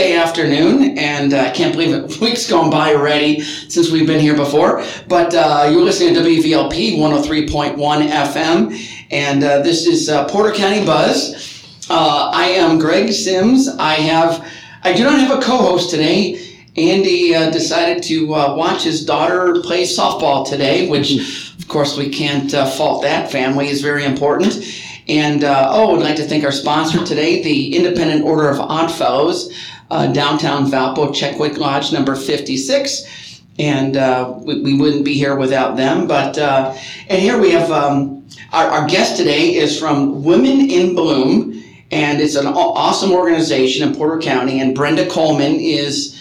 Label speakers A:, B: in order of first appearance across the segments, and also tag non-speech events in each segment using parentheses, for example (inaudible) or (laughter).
A: afternoon, and uh, I can't believe it. (laughs) Week's gone by already since we've been here before. But uh, you're listening to WVLP 103.1 FM, and uh, this is uh, Porter County Buzz. Uh, I am Greg Sims. I have, I do not have a co-host today. Andy uh, decided to uh, watch his daughter play softball today, which, of course, we can't uh, fault that. Family is very important. And uh, oh, I'd like to thank our sponsor today, the Independent Order of Odd Fellows, uh, downtown Valpo, Checkwick Lodge number 56. And uh, we, we wouldn't be here without them. But uh, and here we have um, our, our guest today is from Women in Bloom, and it's an aw- awesome organization in Porter County. And Brenda Coleman is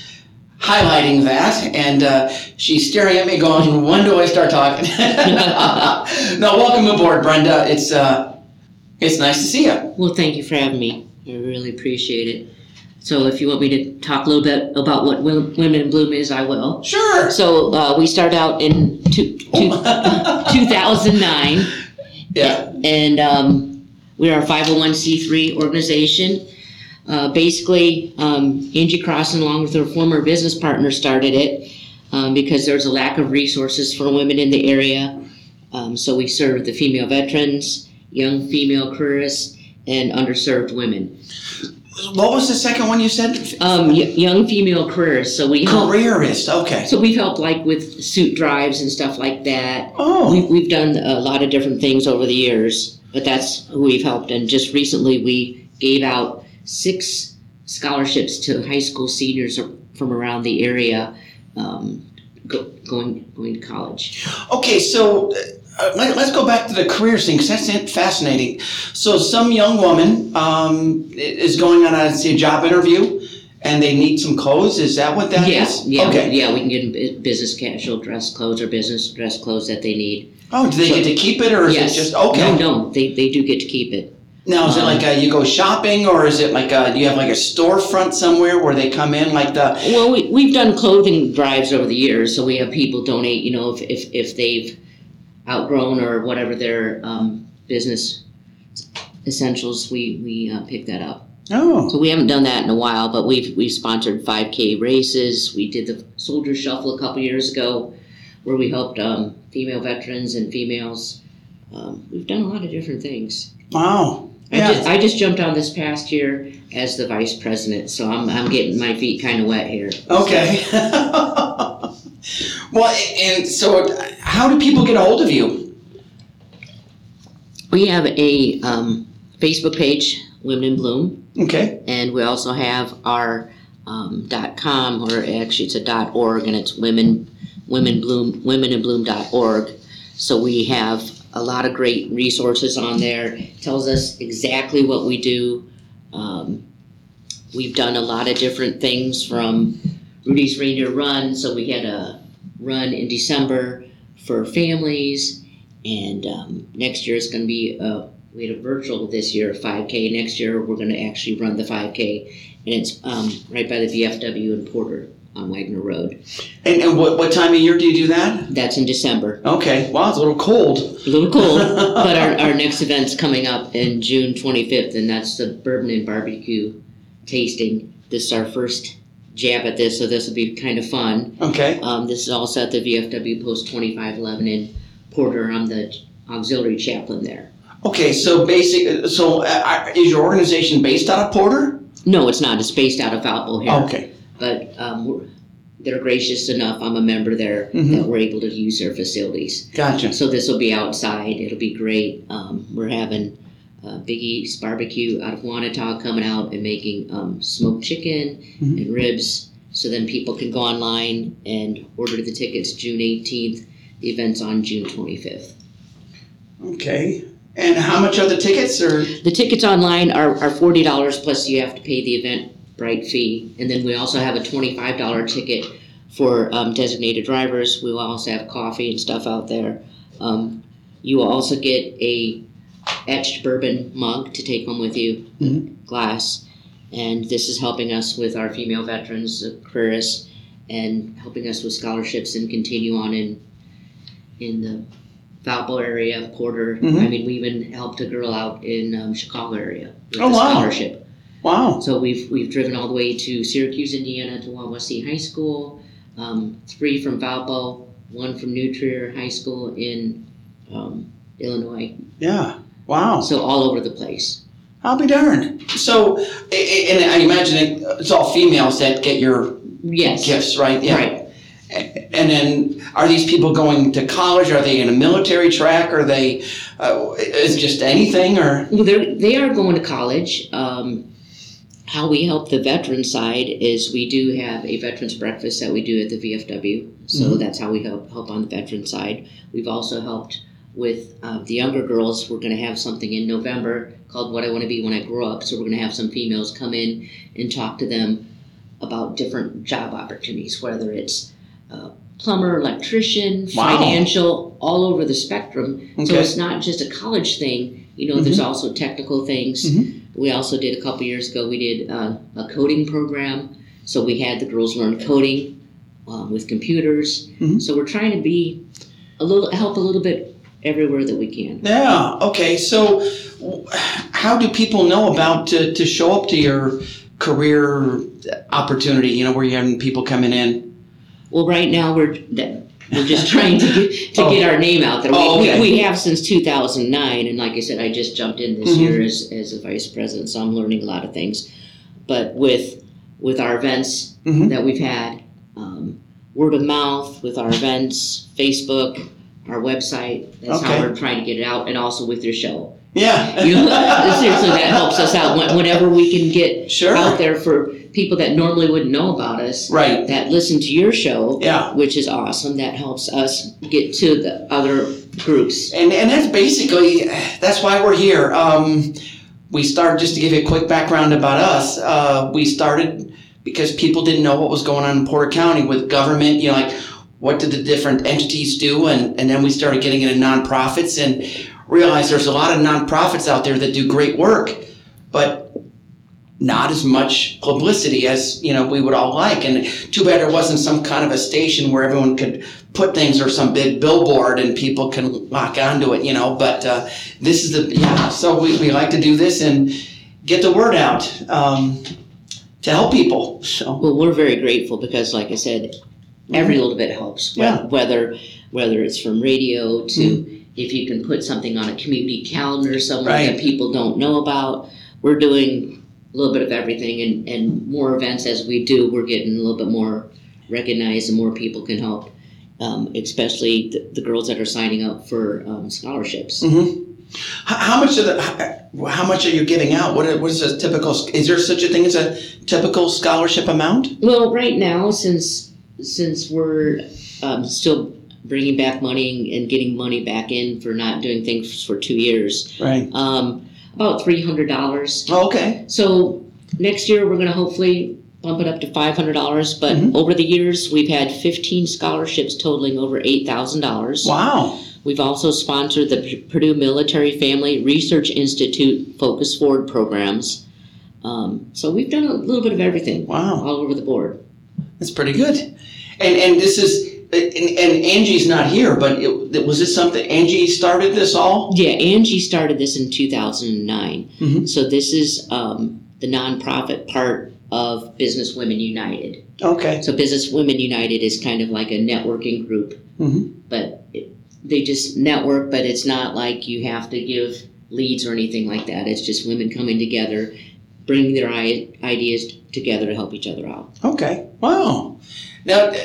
A: highlighting that, and uh, she's staring at me, going, "When do I start talking?" (laughs) no, welcome aboard, Brenda. It's uh, it's nice to see you.
B: Well, thank you for having me. I really appreciate it. So, if you want me to talk a little bit about what Wo- Women in Bloom is, I will.
A: Sure.
B: So, uh, we start out in two, two, 2009,
A: Yeah.
B: and um, we are a 501c3 organization. Uh, basically, um, Angie Crossan, along with her former business partner, started it um, because there's a lack of resources for women in the area. Um, so, we serve the female veterans, young female careerists, and underserved women.
A: What was the second one you said?
B: um, y- young female careers. So we help,
A: Careerist. Okay.
B: so we've helped like with suit drives and stuff like that.
A: Oh.
B: We've, we've done a lot of different things over the years, but that's who we've helped. And just recently, we gave out six scholarships to high school seniors from around the area, um, go, going going to college.
A: Okay. So. Uh, let, let's go back to the career thing 'cause that's it- fascinating. So, some young woman um, i- is going on a, say, job interview, and they need some clothes. Is that what that is?
B: Yes, yeah, yeah,
A: Okay.
B: yeah. We can get them bu- business casual dress clothes or business dress clothes that they need.
A: Oh, do they get to keep it, or is
B: yes,
A: it just okay?
B: No, no, they they do get to keep it.
A: Now, is it
B: Um,
A: like a, you go shopping, or is it like a, you have like a storefront somewhere where they come in, like the?
B: Well, we, we've done clothing drives over the years, so we have people donate, you know, if, if, if they've outgrown or whatever their um, business essentials, we, we uh, pick that up.
A: Oh,
B: So we haven't done that in a while, but we've, we've sponsored 5K races. We did the Soldier Shuffle a couple years ago where we helped um, female veterans and females. Um, we've done a lot of different things.
A: wow.
B: I, just, I just jumped on this past year as the vice president, so I'm, I'm getting my feet kind of wet here.
A: Okay. (laughs) well, and so how do people get a hold of you?
B: We have a um, Facebook page, Women in Bloom,
A: Okay.
B: and we also have our um, .com, or actually it's a .org, and it's women, women bloom, womeninbloom.org. So we have a lot of great resources on there. Tells us exactly what we do. Um, we've done a lot of different things from Rudy's Reindeer Run. So we had a run in December for families. And um, next year is going to be, uh, we had a virtual this year, 5K. Next year, we're going to actually run the 5K. And it's um, right by the VFW in Porter on Wagner Road.
A: And, and what, what time of year do you do that?
B: That's in December.
A: Okay. Wow, it's a little cold.
B: a little cold, but our, our next event's coming up in June 25th, and that's the bourbon and barbecue tasting. This is our first jab at this, so this will be kind of fun.
A: Okay.
B: Um, this is also at the VFW Post 2511 in Porter. I'm the auxiliary chaplain there.
A: Okay. So basic. So uh, uh, is your organization based out of Porter?
B: No, it's not. It's based out of Valpo here,
A: Okay.
B: but um, we're- they're gracious enough. I'm a member there
A: Mhm.
B: that we're able to use their facilities.
A: Gotcha.
B: So this will be outside. It'll be great. Um, we're having uh, Big East barbecue out of Wanata coming out and making um, smoked chicken
A: Mhm.
B: and ribs. So then people can go online and order the tickets June 18th. The event's on June 25th.
A: Okay. And how much are the tickets? Or
B: The tickets online are, are forty dollars plus you have to pay the event bright fee, and then we also have a twenty-five dollar ticket for um, designated drivers. We will also have coffee and stuff out there. Um, you will also get a etched bourbon mug to take home with you,
A: Mhm.
B: glass, and this is helping us with our female veterans, the careerists, and helping us with scholarships and continue on in in the Valpo area, Porter.
A: Mhm.
B: I mean, we even helped a girl out in um, Chicago area with
A: Oh,
B: a
A: wow.
B: scholarship.
A: Wow.
B: So we've, we've driven all the way to Syracuse, Indiana to Wawasee High School, um, three from Valpo, one from Nutrier High School in, um, Illinois.
A: Yeah. Wow.
B: So all over the place.
A: I'll be darned. So, a- a- and I imagine it- it's all females that get your
B: Yes.
A: gifts, right? Yeah.
B: Right.
A: And then, are these people going to college? Are they in a military track? Are they? Uh, is it just anything or?
B: Well, they're, they are going to college. Um, how we help the veteran side is we do have a veterans breakfast that we do at the VFW. So
A: Mhm.
B: that's how we help, help on the veteran side. We've also helped with uh, the younger girls. We're going to have something in November called What I Want to Be When I Grow Up. So we're going to have some females come in and talk to them about different job opportunities, whether it's uh, plumber, electrician,
A: Wow.
B: financial, all over the spectrum. So
A: Okay.
B: it's not just a college thing. You know, there's also technical things.
A: Mhm.
B: We also did a couple years ago. We did uh, a coding program, so we had the girls learn coding uh, with computers.
A: Mhm.
B: So we're trying to be a little help a little bit everywhere that we can.
A: Yeah. Okay. So, w- how do people know about to, to show up to your career opportunity? You know, where you're having people coming in.
B: Well, right now we're that,
A: (laughs)
B: we're just trying to get to
A: Oh.
B: get our name out there. We,
A: Oh, okay.
B: we, we have since 2009, and like I said, I just jumped in this
A: Mhm.
B: year as, as a vice president, so I'm learning a lot of things. But with with our events
A: Mhm.
B: that we've had, um, word of mouth with our events, Facebook, our website. That's
A: Okay.
B: how we're trying to get it out, and also with your show.
A: Yeah.
B: You (laughs) know, seriously, that helps us out When- whenever we can get
A: Sure.
B: out there for people that normally wouldn't know about us
A: Right.
B: that listen to your show,
A: Yeah.
B: which is awesome. That helps us get to the other groups.
A: And and that's basically that's why we're here. Um, we started just to give you a quick background about us. Uh, we started because people didn't know what was going on in Porter County with government. You know, like what did the different entities do, and and then we started getting into nonprofits and realized there's a lot of nonprofits out there that do great work, but not as much publicity as you know we would all like and too bad there wasn't some kind of a station where everyone could put things or some big billboard and people can lock onto it, you know. But uh, this is the yeah. So we, we like to do this and get the word out um, to help people. So
B: Well, we're very grateful because, like I said, every little bit helps. wh-
A: Mm-hmm. Yeah. Mm-hmm.
B: Whether whether it's from radio to if you can put something on a community calendar somewhere
A: Right.
B: that people don't know about, we're doing a little bit of everything and, and more events as we do, we're getting a little bit more recognized and more people can help. Um, especially the, the girls that are signing up for um, scholarships.
A: h- how much of the how, how much are you giving out? What is- what is a typical? Is there such a thing as a typical scholarship amount?
B: Well, right now, since since we're um, still bringing back money and getting money back in for not doing things for two years,
A: Right.
B: um, about three hundred dollars.
A: Oh, okay.
B: So next year, we're going to hopefully bump it up to five hundred dollars. But
A: Mhm.
B: over the years, we've had fifteen scholarships totaling over eight thousand dollars.
A: Wow.
B: We've also sponsored the P- Purdue Military Family Research Institute Focus Forward programs. Um, so we've done a little bit of everything
A: Wow.
B: all over the board.
A: That's pretty good. And and this is. And, and Angie's not here, but it, was this something Angie started this all?
B: Yeah, Angie started this in 2009.
A: Mhm.
B: So this is um, the nonprofit part of Business Women United.
A: Okay.
B: So Business Women United is kind of like a networking group,
A: Mhm.
B: but it, they just network, but it's not like you have to give leads or anything like that. It's just women coming together, bringing their I- ideas together to help each other out.
A: Okay. Wow. Now, uh,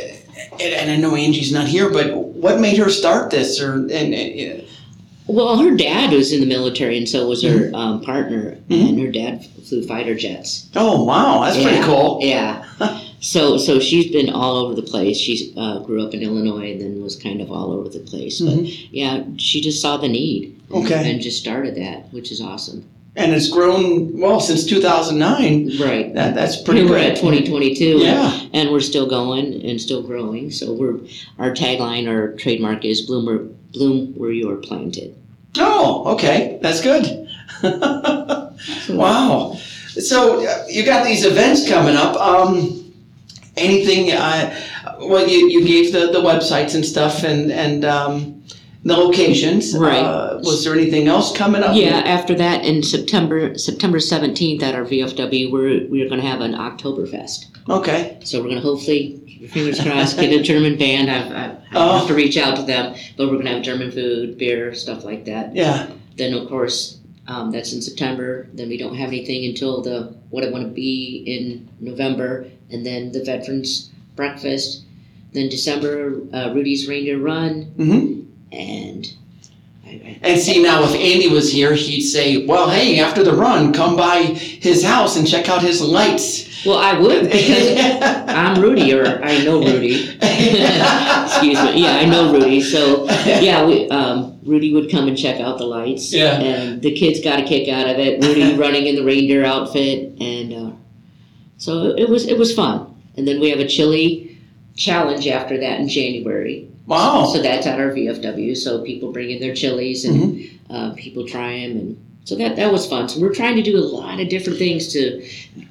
A: and, and I know Angie's not here, but what made her start this? Or and, and
B: Well, her dad was in the military, and so was her um, partner, and her dad flew fighter jets.
A: oh wow, that's pretty
B: Yeah,
A: cool. (laughs)
B: Yeah. so so she's been all over the place. She uh, grew up in Illinois and then was kind of all over the place. But yeah, she just saw the need. and-
A: Mm-hmm. Okay.
B: And just started that, which is awesome.
A: And it's grown well since 2009.
B: Right.
A: That that's pretty
B: Here
A: good.
B: we're at 2022.
A: Yeah.
B: And we're still going and still growing. So we're our tagline or trademark is bloom where, bloom where you are planted.
A: Oh, okay. That's good. (laughs) wow. So uh, you got these events coming up. Um, anything? Uh, well, you, you gave the, the websites and stuff, and and um, the locations.
B: Right.
A: Uh, was there anything else coming up?
B: Yeah, after that, in September, September 17th at our VFW, we're, we're going to have an Oktoberfest.
A: Okay.
B: So we're going to hopefully, fingers crossed, get a German band. I've, I've, I have to reach out to them, but we're going to have German food, beer, stuff like that.
A: Yeah.
B: Then, of course, um, that's in September. Then we don't have anything until the what I want to be in November, and then the Veterans Breakfast. Then December, uh, Rudy's Reindeer Run,
A: hmm
B: and I,
A: And see, now if Andy was here, he'd say, well, hey, after the run, come by his house and check out his lights.
B: (laughs) I, well, I
A: (laughs)
B: would because I'm Rudy, or I know Rudy. Excuse me. Yeah, I know Rudy. So yeah, we, um, Rudy would come and check out the lights.
A: Yeah.
B: And the kids got a kick out of it.
A: (laughs)
B: Rudy running in the reindeer outfit, and uh, so it was it was fun. And then we have a chili challenge after that in January.
A: (laughs) Wow.
B: So that's at our VFW. So people bring in their chilies and
A: Mm-hmm.
B: uh, people try them, and so that that was fun. So we're trying to do a lot of different things to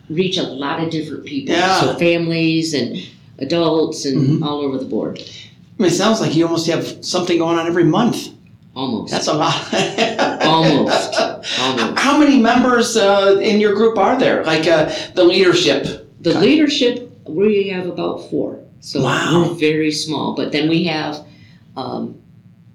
B: reach a lot of different people.
A: Yeah.
B: So families and adults and
A: Mhm.
B: all over the board,
A: I mean, it sounds like you almost have something going on every month. (laughs)
B: almost.
A: That's a lot. (laughs)
B: Almost. almost.
A: How many members uh, in your group are there? Like uh, the leadership.
B: The leadership we have about four, so
A: Wow.
B: we're very small. But then we have, um,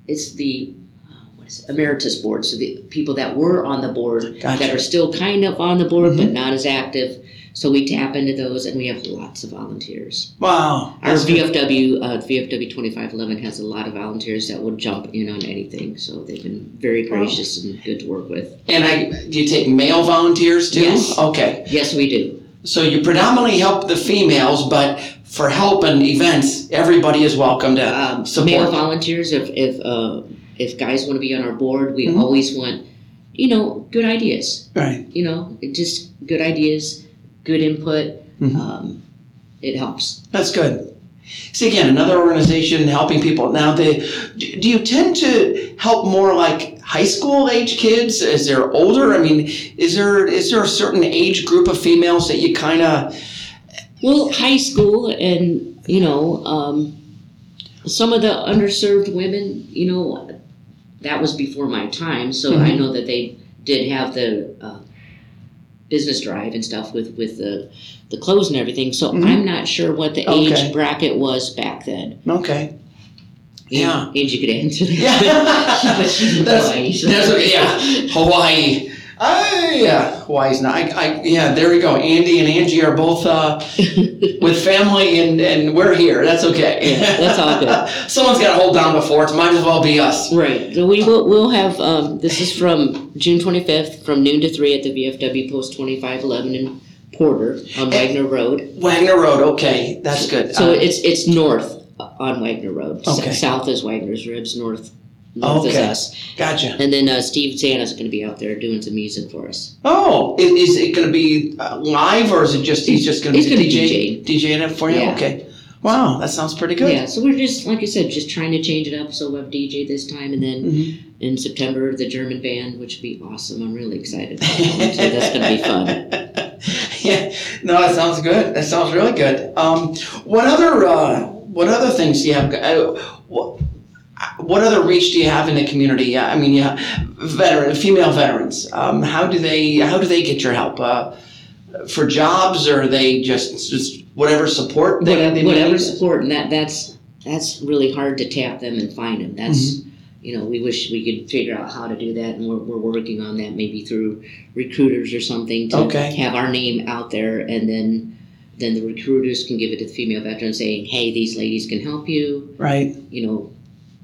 B: it's the uh, what is it? emeritus board, so the people that were on the board that are still kind of on the board
A: Mm-hmm.
B: but not as active. So we tap into those, and we have lots of volunteers.
A: Wow.
B: Our
A: That's good.
B: VFW, uh, VFW twenty five eleven has a lot of volunteers that will jump in on anything. So they've been very
A: Wow.
B: gracious and good to work with.
A: And I, do you take male volunteers too?
B: Yes.
A: Okay.
B: Yes, we do.
A: So you predominantly help the females, but for help and events, everybody is welcome to
B: um,
A: support.
B: male volunteers. If if uh, if guys want to be on our board, we
A: Mhm.
B: always want, you know, good ideas.
A: right.
B: You know, it just good ideas, good input.
A: Mhm.
B: Um, it helps.
A: That's good. See again, another organization helping people. Now, they, do do you tend to help more like high school age kids? Is there older? I mean, is there is there a certain age group of females that you kind of
B: Well, high school and you know, um, some of the underserved women. You know, that was before my time, so I
A: Mhm.
B: know that they did have the. Uh, business drive and stuff with with the the clothes and everything so
A: Mhm.
B: i'm not sure what the
A: Okay.
B: age bracket was back then
A: okay? Yeah.
B: And you could answer that. (laughs)
A: Yeah.
B: but she's in
A: That's-
B: Hawaii, so-
A: that's okay, yeah. Hawaii. Oh, yeah, Hawaii's not. I, I, yeah, there we go. Andy and Angie are both uh, with family, and, and we're here. That's okay.
B: Yeah, that's all
A: (laughs)
B: good.
A: Someone's got to hold down the fort. Might as well be us.
B: Right. So we will we'll have um, this is from June 25th from noon to three at the VFW Post 2511 in Porter on Wagner Road.
A: Wagner Road. Okay, that's good.
B: So
A: Uh,
B: it's it's north on Wagner Road. S-
A: Okay.
B: South is Wagner's Ribs. North. North is
A: Okay.
B: us.
A: gotcha.
B: And then uh, Steve Zana's going to be out there doing some music for us.
A: Oh, is, is it going to be uh, live or is it just he's just going to
B: He's
A: be
B: gonna
A: DJ DJing it for you?
B: Yeah.
A: Okay. Wow, that sounds pretty good.
B: Yeah. So we're just like I said, just trying to change it up. So we'll have DJ this time, and then
A: Mhm.
B: in September, the German band, which would be awesome. I'm really excited about that. one, so that's going to be fun. (laughs)
A: yeah, no, that sounds good. That sounds really good. Um, what other uh, what other things do you have? Uh, what, what other reach do you have in the community? Yeah, I mean, yeah, veteran, female veterans. Um, how do they how do they get your help? Uh, for jobs, or they just just whatever support they,
B: Whatever,
A: they
B: whatever
A: need?
B: support, and that that's that's really hard to tap them and find them. That's
A: Mm-hmm.
B: you know, we wish we could figure out how to do that, and we're, we're working on that maybe through recruiters or something to
A: Okay.
B: have our name out there, and then then the recruiters can give it to the female veterans saying, "Hey, these ladies can help you,"
A: right.
B: you know.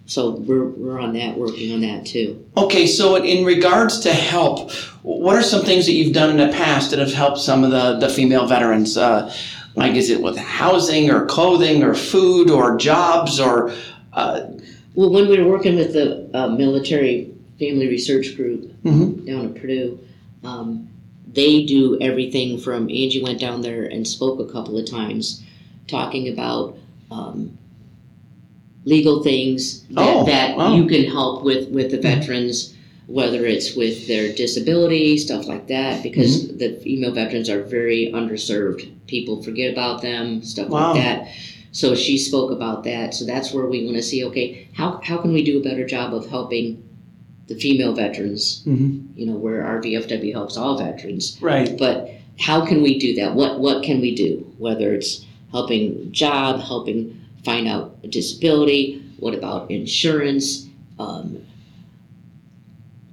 B: So we're we're on that, working on that too.
A: Okay, so in- in regards to help, what are some things that you've done in the past that have helped some of the, the female veterans? Uh, like, is it with housing or clothing or food or jobs or? Uh,
B: Well, when we were working with the uh, military family research group
A: Mhm.
B: down at Purdue, um, they do everything from Angie went down there and spoke a couple of times talking about um, legal things that,
A: Oh,
B: that
A: wow. Mm-hmm.
B: you can help with with the veterans, whether it's with their disability, stuff like that, because
A: Mm-hmm.
B: the female veterans are very underserved. People forget about them, stuff
A: Wow.
B: like that. So she spoke about that. So that's where we want to see. Okay, how how can we do a better job of helping the female veterans?
A: Mhm.
B: You know, where our VFW helps all veterans
A: Right.
B: but how can we do that? What what can we do? Whether it's helping job, helping find out disability, what about insurance, um,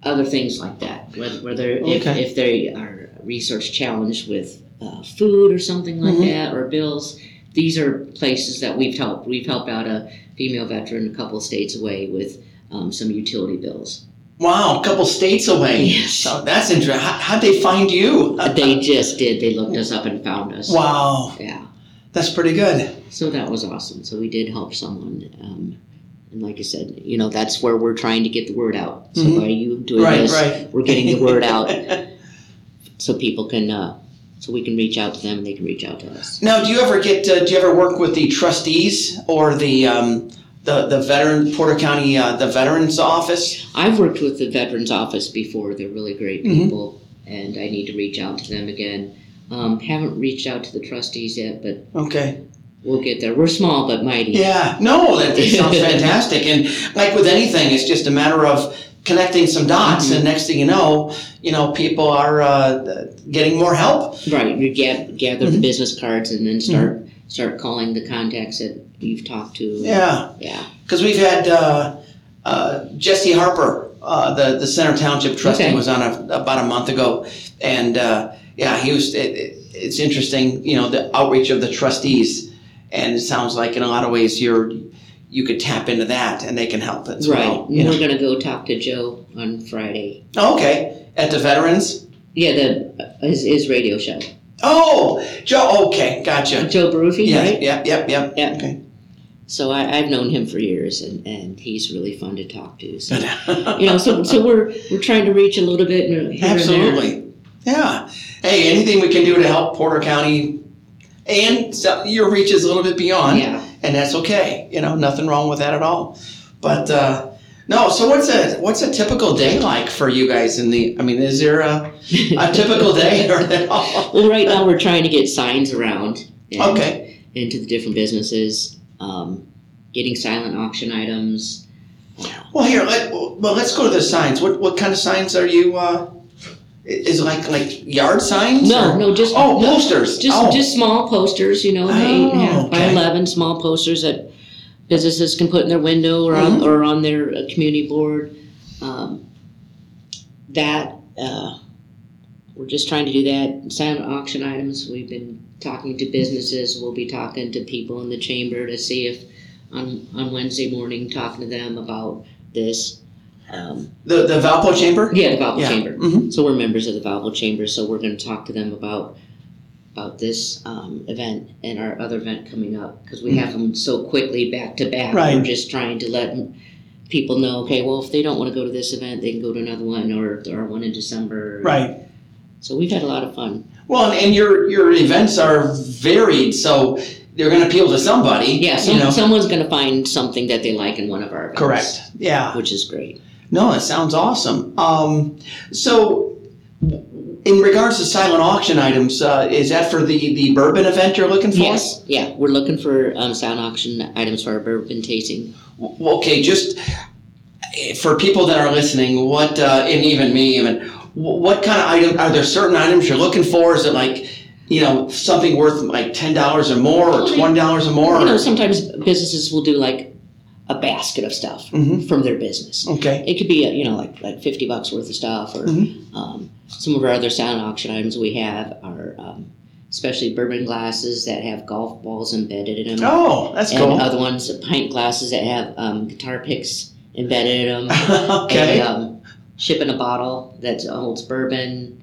B: other things like that. Whether, whether
A: Okay.
B: if, if they are resource challenged with uh, food or something like
A: Mhm.
B: that or bills, these are places that we've helped. We've helped out a female veteran a couple states away with um, some utility bills.
A: Wow, a couple states away.
B: Yes.
A: So that's interesting. How, how'd they find you?
B: they just did. They looked us up and found us.
A: wow,
B: Yeah.
A: that's pretty good.
B: So that was awesome. So we did help someone. Um, and like I said, you know, that's where we're trying to get the word out. So
A: Mhm.
B: by you doing
A: right,
B: this,
A: right.
B: we're getting the word
A: (laughs)
B: out so people can, uh, so we can reach out to them and they can reach out to us.
A: Now, do you ever get? Uh, do you ever work with the trustees or the um, the the veteran Porter County uh, the veterans office?
B: I've worked with the Veterans Office before. They're really great
A: Mhm.
B: people and I need to reach out to them again. Um, haven't reached out to the trustees yet, but
A: Okay.
B: we'll get there. We're small but mighty.
A: Yeah. No, that, that
B: (laughs)
A: sounds fantastic. And like with anything, it's just a matter of connecting some dots,
B: Mm-hmm.
A: and next thing you know, you know, people are uh, getting more help.
B: Right, you ga- gather the
A: Mhm.
B: business cards and then start start calling the contacts that you've talked to.
A: Mm-hmm. Yeah.
B: Yeah.
A: Because we've had uh, uh, Jesse Harper, uh, the the Center Township trustee,
B: Okay.
A: was on a, about a month ago, and uh, yeah, he was. It, it, it's interesting, you know, the outreach of the trustees, and it sounds like in a lot of ways you're you could tap into that, and they can help as
B: Right. Mm-hmm.
A: well. you know.
B: We're going to go talk to Joe on Friday.
A: Oh, okay, at the veterans.
B: Yeah, the his, his radio show.
A: Oh, Joe. Okay, gotcha.
B: Joe Baruffi,
A: Yeah,
B: right?
A: yep, yep, yep.
B: Yeah.
A: Okay.
B: So I, I've known him for years, and, and he's really fun to talk
A: (laughs)
B: to. So
A: Good.
B: you know, so so we're we're trying to reach a little bit. and Here And there.
A: Absolutely. Yeah. Hey, anything we can do to help Porter County and so- your reach is a little bit beyond,
B: Yeah.
A: and that's okay. You know, nothing wrong with that at all. But uh, no, so what's a what's a typical day like for you guys in the? I mean, is there a, a typical day or at all?
B: (laughs) well, right now we're trying to get signs around. and
A: Okay.
B: Into the different businesses, um, getting silent auction items.
A: Well, here, let, well, let's go to the signs. What what kind of signs are you? Uh, is it like like yard signs?
B: No,
A: or-
B: no, just
A: Oh,
B: no,
A: posters.
B: Just
A: oh.
B: just small posters, you know, the eight and a half by
A: okay.
B: eleven small posters that businesses can put in their window or on,
A: Mhm.
B: or on their uh, community board. Um, that uh, we're just trying to do that. Silent auction items. We've been talking to businesses. We'll be talking to people in the chamber to see if on on Wednesday morning talking to them about this. Um,
A: the the Valpo Chamber.
B: yeah, the Bible chamber.
A: Mhm.
B: So we're members of the Valvo Chamber, so we're going to talk to them about about this um, event and our other event coming up because we have them so quickly back to back. We're
A: Mm. Right.
B: just trying to let people know, okay, well, if they don't want to go to this event, they can go to another one or or one in December.
A: Right.
B: So we've had a lot of fun.
A: Well, and, and your your events are varied, so they're going to appeal to somebody.
B: Yeah, some,
A: you know.
B: someone's going to find something that they like in one of our events.
A: Correct. Yeah.
B: Which is great.
A: No, that sounds awesome. Um, so, in regards to silent auction items, uh, is that for the the bourbon event you're looking for?
B: Yes. Yeah, we're looking for um, sound auction items for our bourbon tasting.
A: W- Okay, just eh, for people that are listening, what uh, and even me, even wh- what kind of item are there? Certain items you're looking for? Is it like you know something worth like ten dollars or more, or twenty dollars or more?
B: You know,
A: or-
B: sometimes businesses will do like a basket of stuff
A: Mhm.
B: from their business.
A: Okay.
B: It could be, uh, you know, like like fifty bucks worth of stuff, or
A: Mm-hmm.
B: um, some of our other sound auction items we have are um, especially bourbon glasses that have golf balls embedded in them,
A: Oh, that's
B: and
A: cool.
B: other ones pint glasses that have um, guitar picks embedded in them,
A: (laughs) okay.
B: and um, ship in a bottle that holds bourbon.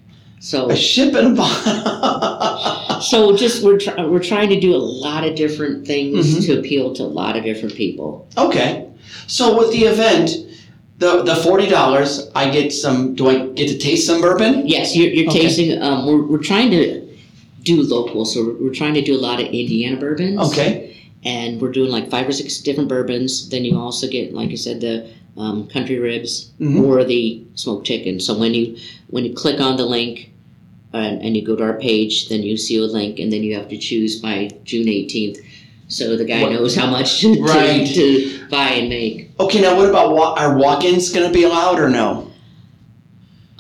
B: So
A: A ship in a bottle.
B: So just we're try- we're trying to do a lot of different things
A: Mhm.
B: to appeal to a lot of different people.
A: (laughs) okay. So with the event, the the forty dollars, I get some. Do I get to taste some bourbon?
B: Yes, you're, you're
A: Okay.
B: tasting. Um, we're we're trying to do local, so we're, we're trying to do a lot of Indiana bourbons.
A: Okay.
B: and we're doing like five or six different bourbons. Then you also get, like I said, the um, country ribs
A: Mhm.
B: or the smoked chicken. So when you when you click on the link. And, and you go to our page, then you see a link, and then you have to choose by June 18th So the guy
A: What-
B: knows how much (laughs) to,
A: Right.
B: to buy and make.
A: Okay, now what about wa- are walk-ins going to be allowed or no?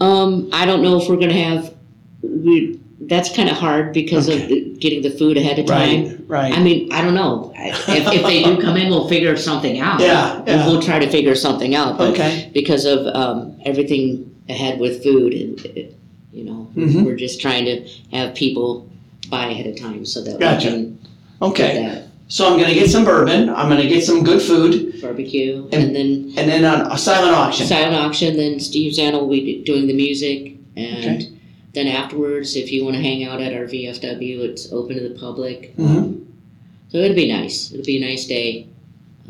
B: Um, I don't know if we're gonna have, we, that's kinda hard because of
A: Okay.
B: the- getting the food ahead of time.
A: Right, right.
B: I mean, I don't know. I- If, if they do come in, we'll figure something out.
A: Yeah,
B: We'll-
A: yeah.
B: We'll try to figure something out, but
A: Okay.
B: because of um, everything ahead with food and it- you know
A: Mhm.
B: we're just trying to have people buy ahead of time so that
A: Gotcha.
B: we can
A: Okay.
B: get
A: So I'm going to get some bourbon. I'm going to get some good food,
B: that barbecue
A: And-
B: and, then
A: and then on a silent auction.
B: silent auction then steve zanna will be doing the music and then afterwards if you want to hang out at our vfw it's open to the public
A: (laughs) Mhm.
B: so it'll be nice it'll be a nice day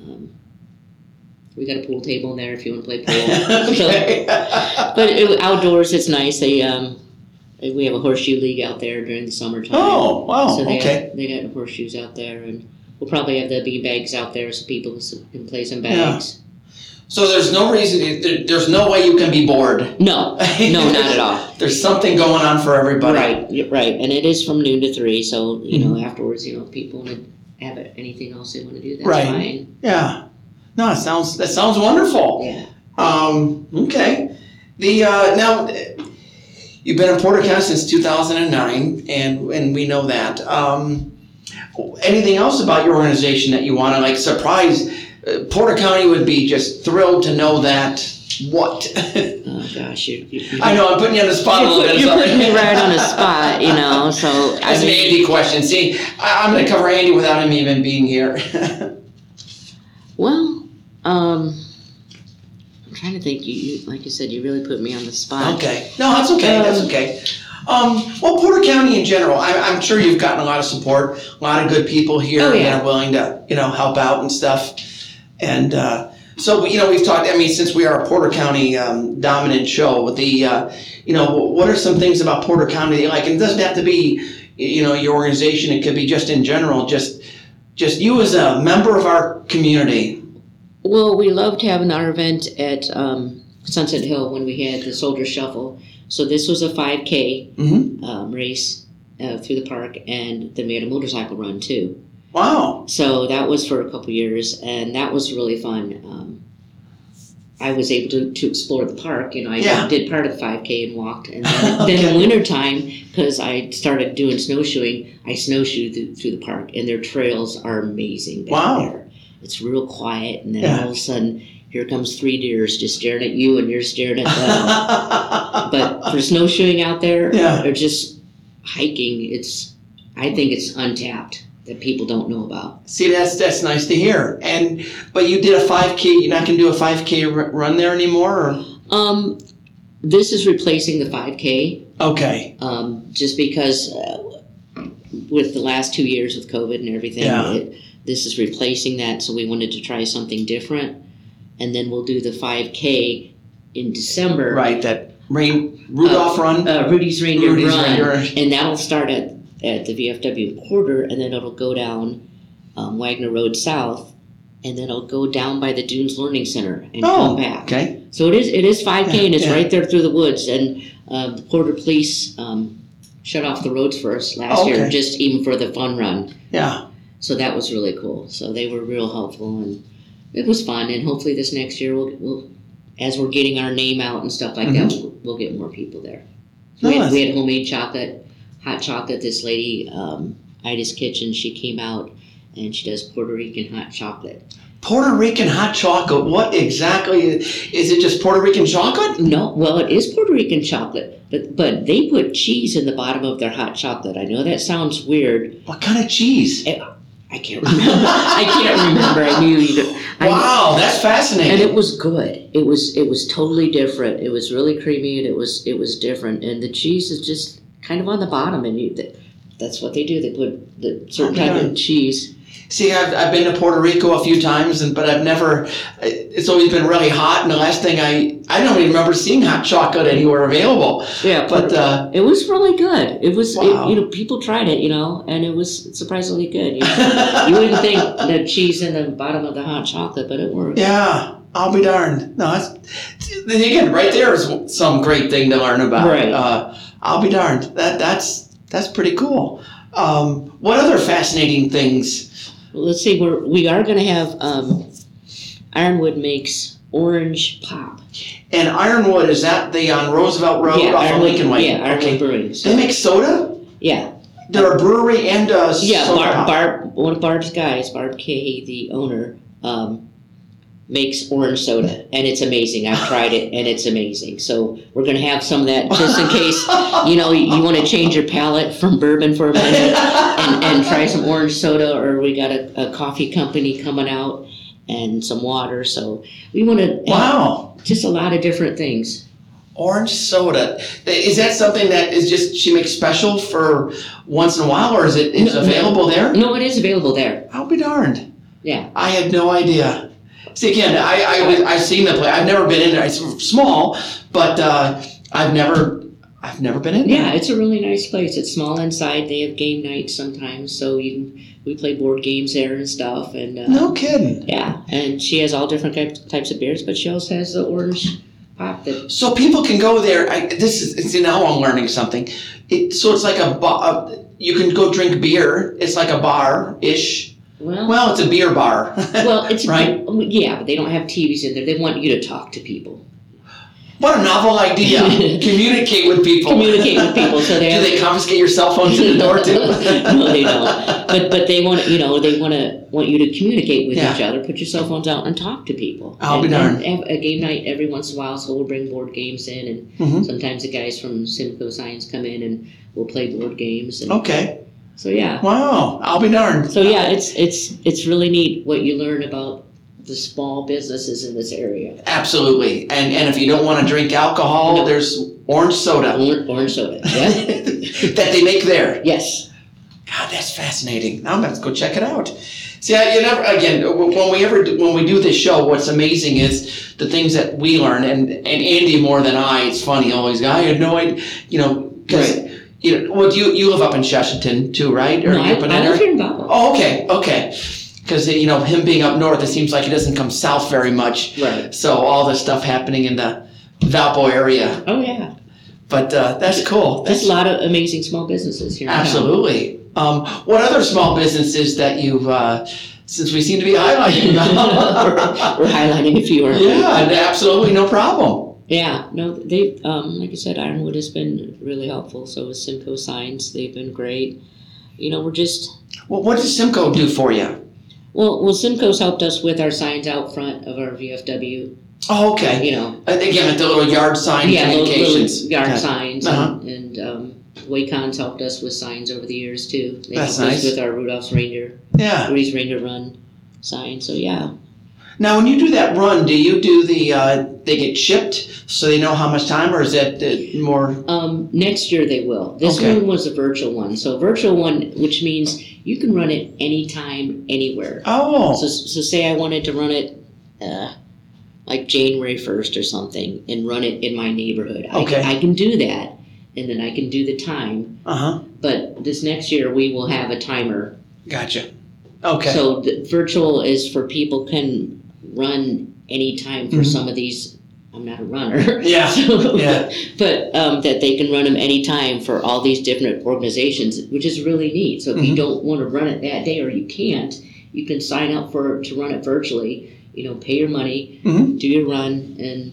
B: um, we got a pool table in there if you want to play
A: (laughs)
B: pool So- (laughs)
A: okay.
B: But it, outdoors, it's nice. They um, we have a horseshoe league out there during the summertime.
A: oh, wow.
B: so they
A: okay.
B: Got, they got horseshoes out there, and we'll probably have the bean bags out there so people can play some
A: Yeah.
B: bags.
A: So there's no reason. There, there's no way you can be bored.
B: No, no, not at all.
A: (laughs) There's something going on for everybody.
B: Right, you're right, and it is from noon to three. So you
A: Mm-hmm.
B: know, afterwards, you know, if people want to have anything else they want to do, that's
A: Right.
B: fine.
A: Yeah. No, it sounds that sounds wonderful.
B: Yeah.
A: Um, okay. The uh, now you've been in Porter County since 2009, and and we know that. Um, anything else about your organization that you want to like surprise? Uh, Porter County would be just thrilled to know that. What? (laughs)
B: Oh gosh, you. you, you
A: I know I'm putting you on the spot a little bit.
B: You're
A: sorry.
B: putting me right
A: (laughs)
B: on the spot, you know. So I
A: That's an
B: mean,
A: Andy question. See, I, I'm going to cover Andy without him even being here. (laughs)
B: Well, um, I'm trying to think. You, you like you said, you really put me on the spot.
A: Okay. No, that's okay. that's
B: Um,
A: okay. Um, well, Porter County in general, I, I'm sure you've gotten a lot of support, a lot of good people here
B: Oh, yeah.
A: that are willing to, you know, help out and stuff. And uh, so, you know, we've talked. I mean, since we are a Porter County um, dominant show, the, uh, you know, what are some things about Porter County that you like? And it doesn't have to be, y- you know, your organization. It could be just in general, just, just you as a member of our community.
B: Well, we loved having our event at um, Sunset Hill when we had the Soldier Shuffle. So this was a 5K
A: hmm
B: um, race uh, through the park, and then we had a motorcycle run too.
A: Wow.
B: So that was for a couple years, and that was really fun. Um, I was able to, to explore the park. You know, I
A: Yeah.
B: did part of the 5K and walked.
A: (laughs)
B: And then, then
A: Okay.
B: in wintertime, because I started doing snowshoeing, I snowshoed th- through the park, and their trails are amazing. Back
A: Wow.
B: There. It's real quiet, and then
A: Yeah.
B: all of a sudden, here comes three deers just staring at you, and you're staring at
A: (laughs)
B: them. but for snowshoeing out there,
A: Yeah.
B: or just hiking, it's I think it's untapped that people don't know about.
A: See, that's that's nice to hear. And but you did a five k. You're not going to do a five k run there anymore. Or?
B: Um, this is replacing the 5K
A: Okay.
B: um, just because uh, with the last two years with COVID and everything,
A: Yeah.
B: it, this is replacing that. So we wanted to try something different. And then we'll do the 5K in December.
A: Right. That rain Rudolph run.
B: Uh, Rudy's Reindeer
A: Rudy's
B: Run.
A: Reindeer.
B: And that'll start at, at the VFW Porter and then it'll go down um, Wagner Road South. And then it'll go down by the Dunes Learning Center and
A: Oh,
B: come back.
A: okay.
B: So it is. It is five k, and it's
A: Yeah, yeah.
B: right there through the woods. And uh, the Porter Police um, shut off the roads for us last
A: Oh,
B: year,
A: okay.
B: just even for the fun run.
A: Yeah.
B: So that was really cool. So they were real helpful, and it was fun. And hopefully this next year, we'll, we'll as we're getting our name out and stuff like that, we'll, we'll get more people there. We had,
A: Mm-hmm. Nice.
B: we had homemade chocolate, hot chocolate. This lady, um, Ida's Kitchen, she came out and she does Puerto Rican hot chocolate.
A: Puerto Rican hot chocolate. What exactly is it? Just Puerto Rican chocolate?
B: No, well, it is Puerto Rican chocolate, but but they put cheese in the bottom of their hot chocolate. I know that sounds weird.
A: What kind of cheese?
B: I can't remember. (laughs) I can't remember. I knew you. I-
A: Wow, that's
B: And
A: fascinating.
B: it was good. It was it was totally different. It was really creamy, and it was it was different. And the cheese is just kind of on the bottom, and you. That, that's what they do. They put the certain type of cheese.
A: See, I've, I've been to Puerto Rico a few times, and but I've never. It's always been really hot, and the last thing I I don't even remember seeing hot chocolate anywhere available.
B: Yeah,
A: But uh,
B: it was really good. It was it-
A: Wow.
B: you know people tried it, you know, and it was surprisingly good. You know?
A: (laughs)
B: You wouldn't think the cheese in the bottom of the hot chocolate, but it worked.
A: Yeah, I'll be darned. No, that's then again, right there is some great thing to learn about.
B: Right.
A: Uh, I'll be darned. That that's that's pretty cool. Um, what other fascinating things
B: Well, let's see, we're, we are gonna have, um, Ironwood makes orange pop.
A: And Ironwood, is that the on Roosevelt Road off
B: Yeah,
A: of
B: Ironwood-
A: Lincoln Way?
B: Yeah, Ironwood
A: okay.
B: Brewing,
A: They
B: so,
A: make soda?
B: yeah,
A: They're a brewery and a
B: yeah,
A: soda
B: Barb,
A: pop.
B: Barb, one of Barb's guys, Barb Kahy, the owner, um, makes orange soda, and it's amazing, I've tried it, and it's amazing, so we're gonna have some of that, just
A: (laughs)
B: in case, you know, you wanna change your palate from bourbon for a minute, and, and try some orange soda, or we got a, a coffee company coming out and some water. So we want to
A: Wow,
B: just a lot of different things.
A: orange soda. Is that something that is just she makes special for once in a while, or is it is
B: No, no.
A: available there?
B: No, it is available there.
A: I'll be darned.
B: Yeah.
A: I had no idea. See, again, I, I was, I've seen the place. I've never been in there. It's small, but uh, I've never I've never been in there.
B: Yeah, it's a really nice place. It's small inside. They have game nights sometimes, so you can, we play board games there and stuff. And uh,
A: No kidding.
B: yeah, and she has all different type- types of beers, but she also has the orange pop that
A: So people can go there. I, this is see now I'm learning something. It, so it's like a bar. You can go drink beer. It's like a bar ish.
B: well.
A: Well, it's a beer bar. (laughs)
B: well, it's
A: right.
B: Yeah, but they don't have TVs in there. They want you to talk to people.
A: What a novel
B: (laughs)
A: idea! Communicate with people.
B: Communicate with people, so
A: (laughs)
B: they
A: Do
B: have-
A: they confiscate your cell phones in the door too?
B: (laughs) no, they don't. But but they want you know they want to want you to communicate with
A: Yeah.
B: each other. Put your cell phones out and talk to people.
A: I'll
B: and,
A: be darned.
B: and have a game night every once in a while, so we'll bring board games in, and
A: Mhm.
B: sometimes the guys from Simcoe Science come in and we'll play board games. And
A: Okay.
B: so yeah,
A: Wow. I'll be darned.
B: so yeah, it's it's it's really neat what you learn about the small businesses in this area.
A: Absolutely. And and if you don't want to drink alcohol,
B: No.
A: there's orange soda
B: Orange, orange
A: (laughs)
B: soda. Yeah. Mm.
A: that they make there.
B: yes.
A: God, that's fascinating. Now I'm gonna have to go check it out. See, I, you never again w- when we ever do- when we do this show, what's amazing is the things that we learn, and and Andy more than I. It's funny always. I had no idea, you know, because you know, well, you you live up in Sheshaton too, right?
B: No, I,
A: you up in that
B: I live
A: area?
B: here in Baldwin.
A: Oh, okay, okay. Because you know him being up north, it seems like he doesn't come south very much.
B: Right.
A: So all this stuff happening in the Valpo area,
B: Oh yeah.
A: but uh, that's cool. That's
B: There's a lot of amazing small businesses here. in town.
A: Absolutely. Um, what other small businesses that you've, uh, since we seem to be highlighting them?
B: (laughs) We're highlighting a few. aren't we?
A: yeah, and absolutely no problem.
B: Yeah, no, they, um, like I said, Ironwood has been really helpful. So has Simcoe Signs. They've been great. You know, we're just,
A: Well, what does Simcoe do for you?
B: well, well, Simcoe's helped us with our signs out front of our VFW,
A: Oh, okay.
B: you know.
A: Uh, Again, with the little yard sign
B: Yeah, little, little
A: communications.
B: yard
A: Okay.
B: signs.
A: Uh-huh.
B: And, um, Waycon's helped us with signs over the years too. They
A: That's
B: helped
A: nice.
B: us with our Rudolph's Reindeer,
A: Yeah.
B: Breeze Reindeer Run sign. So yeah,
A: Now, when you do that run, do you do the, uh, they get chipped so they know how much time, or is that uh, more?
B: Um, next year they will. This
A: Okay.
B: one was a virtual one. So virtual one, which means you can run it anytime, anywhere.
A: Oh,
B: So, so say I wanted to run it, uh, like January first or something, and run it in my neighborhood. I,
A: Okay.
B: I can do that, and then I can do the time.
A: uh huh.
B: But this next year we will have a timer.
A: Gotcha. Okay.
B: So the virtual is for people can run anytime for
A: Mhm.
B: some of these. I'm not a runner.
A: (laughs) Yeah.
B: So,
A: Yeah.
B: But um, that they can run them anytime for all these different organizations, which is really neat. So if you
A: Mhm.
B: don't want to run it that day or you can't, you can sign up for to run it virtually. You know, pay your money,
A: Mhm.
B: do your run, and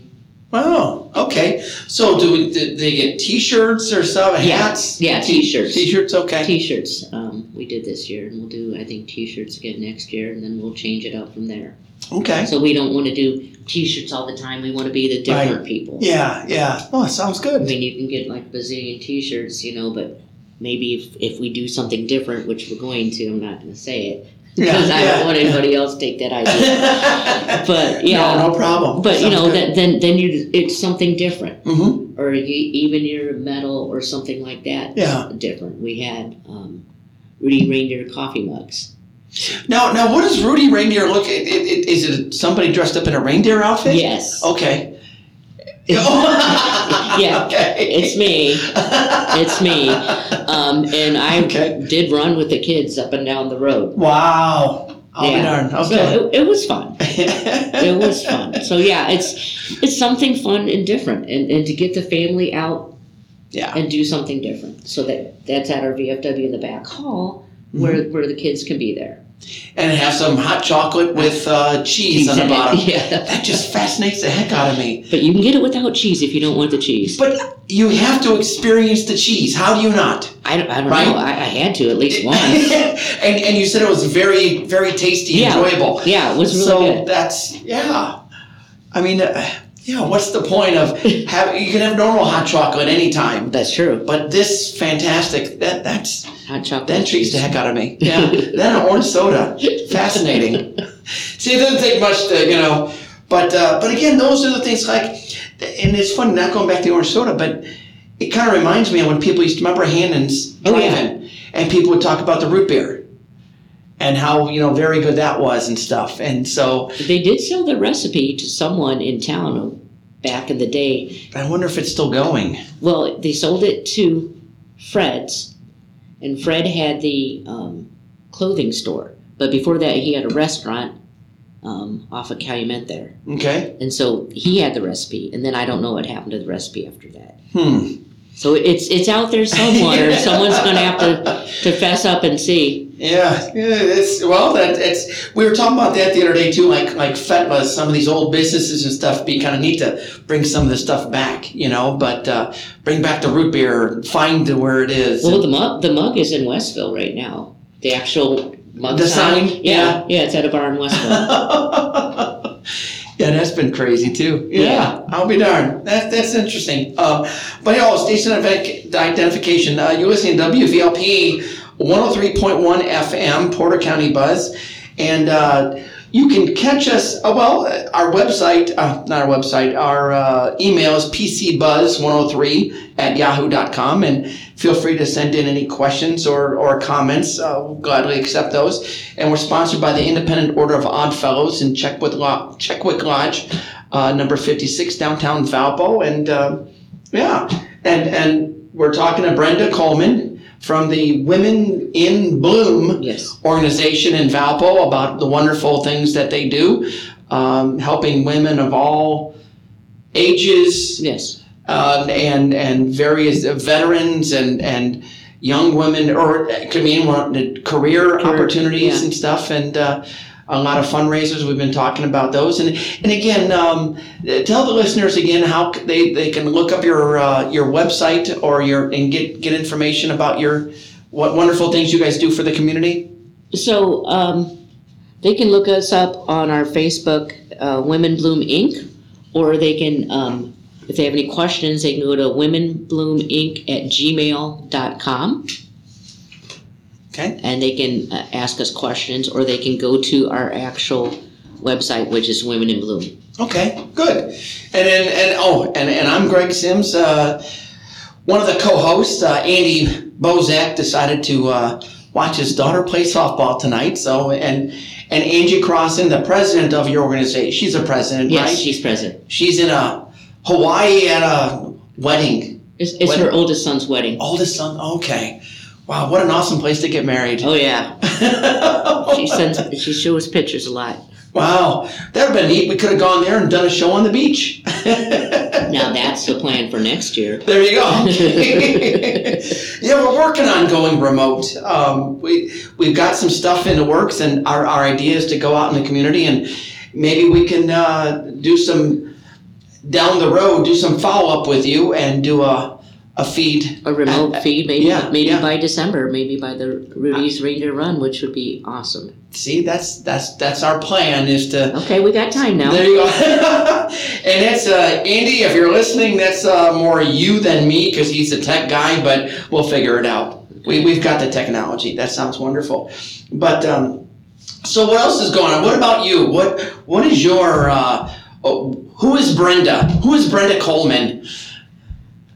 A: Wow. Oh, Okay. So do, we, do they get T-shirts or some
B: Yeah.
A: hats?
B: Yeah, t-shirts.
A: T-shirts. Okay.
B: t-shirts um, we did this year, and we'll do I think t-shirts again next year, and then we'll change it up from there.
A: Okay.
B: So we don't want to do t-shirts all the time. We want to be the different people.
A: Yeah, yeah. Oh, it sounds
B: I
A: good.
B: mean, you can get like a bazillion T-shirts, you know, but maybe if, if we do something different, which we're going to, I'm not going to say it
A: Yeah,
B: because I
A: yeah,
B: don't want
A: (laughs)
B: anybody else to take that idea. But yeah,
A: no, no problem.
B: but you know, that, then then you it's something different,
A: hmm
B: or you, even your metal or something like that.
A: Yeah.
B: different. We had um, Rudy Reindeer coffee mugs.
A: Now, now, what does Rudy Reindeer look? It, it, it, is it somebody dressed up in a reindeer outfit? (laughs)
B: Yes,
A: Okay.
B: (laughs) Yeah.
A: (laughs) Okay.
B: it's me. It's me. Um, and I
A: Okay.
B: did run with the kids up and down the road.
A: Wow. I'll
B: Yeah.
A: be darned. Okay. (laughs)
B: So it, it was fun. it was fun. So yeah, it's it's something fun and different, and, and to get the family out
A: Yeah.
B: and do Mm-hmm. something different. So that that's at our VFW in the back hall where where the kids can be there.
A: and have some hot chocolate with uh, cheese on the bottom.
B: (laughs) Yeah,
A: That just fascinates the heck out of me.
B: but you can get it without cheese if you don't want the cheese.
A: But you have to experience the cheese. How do you not?
B: I don't, I don't
A: Right?
B: know. I, I had to at (laughs) least once.
A: and (laughs) and you said it was very very tasty,
B: Yeah.
A: enjoyable.
B: yeah, it was really
A: so
B: good.
A: that's yeah. I mean, uh, yeah. What's the point
B: (laughs)
A: of having? You can have normal hot chocolate anytime,
B: That's true.
A: but this fantastic that that's
B: Hot chocolate.
A: That intrigues the heck out of
B: (laughs)
A: me. Yeah. then an orange soda. Fascinating. See, it doesn't take much to, you know, but uh, but again, those are the things like, and it's funny not going back to the orange soda, but it kind of reminds me of when people used to remember Hannon's
B: Oh, yeah.
A: driving, and people would talk about the root beer and how you know very good that was and stuff, and so
B: They did sell the recipe to someone in town back in the day.
A: I wonder if it's still going.
B: Well, they sold it to Fred's, and Fred had the um, clothing store. But before that, he had a restaurant um, off of Calumet there.
A: Okay.
B: And so he had the recipe, and then I don't know what happened to the recipe after that.
A: Hmm.
B: So it's it's out there
A: (laughs)
B: somewhere. Someone's going to have to, to fess up and see.
A: Yeah, yeah, it's well. That it's we were talking about that the other day too. Like like FETLA, some of these old businesses and stuff. Be kind of neat to bring some of this stuff back, you know. But uh, bring back the root beer, find where it is.
B: Well, the mug the mug is in Westville right now. The actual mug
A: The sign?
B: Yeah, yeah, it's at a bar
A: (laughs)
B: in Westville.
A: (laughs) yeah, that's been crazy too. Yeah,
B: Yeah.
A: I'll be darned. That, that's interesting. Uh, but yeah, oh, station ident- identification. Uh, you're listening to WVLP 103.1 FM, Porter County Buzz. And uh, you can catch us, uh, well, uh, our website, uh, not our website, our uh, email is pcbuzz103 at yahoo.com. And feel free to send in any questions or, or comments. Uh, we'll gladly accept those. And we're sponsored by the Independent Order of Odd Fellows in Checkwick, Lo- Checkwick Lodge, uh, number 56, downtown Valpo. And uh, yeah, and, and we're talking to Brenda Coleman from the Women in Bloom
B: yes.
A: organization in Valpo about the wonderful things that they do, um, helping women of all ages,
B: Yes.
A: uh, and and various veterans and and young women or it could mean one- the career, opportunities
B: yeah.
A: and stuff and. Uh, a lot of fundraisers. We've been talking about those, and and again, um, tell the listeners again how c- they, they can look up your uh, your website or your and get get information about your what wonderful things you guys do for the community.
B: So um, they can look us up on our Facebook, uh, Women Bloom Inc., or they can, um, if they have any questions, they can go to womenbloominc at gmail.com
A: Okay.
B: and they can uh, ask us questions or they can go to our actual website, which is Women in Bloom.
A: Okay, good. And and, and oh, and, and I'm Greg Sims, uh, one of the co-hosts. Uh, Andy Bozak decided to uh, watch his daughter play softball tonight. So and and Angie Crossan, the president of your organization, she's a president,
B: Yes,
A: right?
B: she's present.
A: She's in a Hawaii at a wedding.
B: It's, it's her oldest son's wedding.
A: Oldest son. Okay, wow, what an awesome place to get married.
B: Oh, yeah. She (laughs) sends, she shows pictures a lot.
A: (laughs) wow, that would have been neat. We could have gone there and done a show on the beach. (laughs)
B: Now, that's the plan for next year.
A: There you go. yeah, we're working on going remote. Um, we we've got some stuff in the works, and our our idea is to go out in the community and maybe we can uh, do some down the road, do some follow up with you, and do a a feed.
B: A remote feed, maybe
A: Uh, yeah,
B: maybe
A: yeah.
B: by December, maybe by the Rudy's Reindeer Run, which would be awesome.
A: See, that's that's that's our plan is to.
B: Okay, we got time now.
A: There you go. (laughs) and that's uh, Andy. If you're listening, that's uh, more you than me because he's a tech guy, but we'll figure it out. We, we've got the technology. That sounds wonderful. But um, so, what else is going on? What about you? What What is your uh, oh, who is Brenda? Who is Brenda Coleman?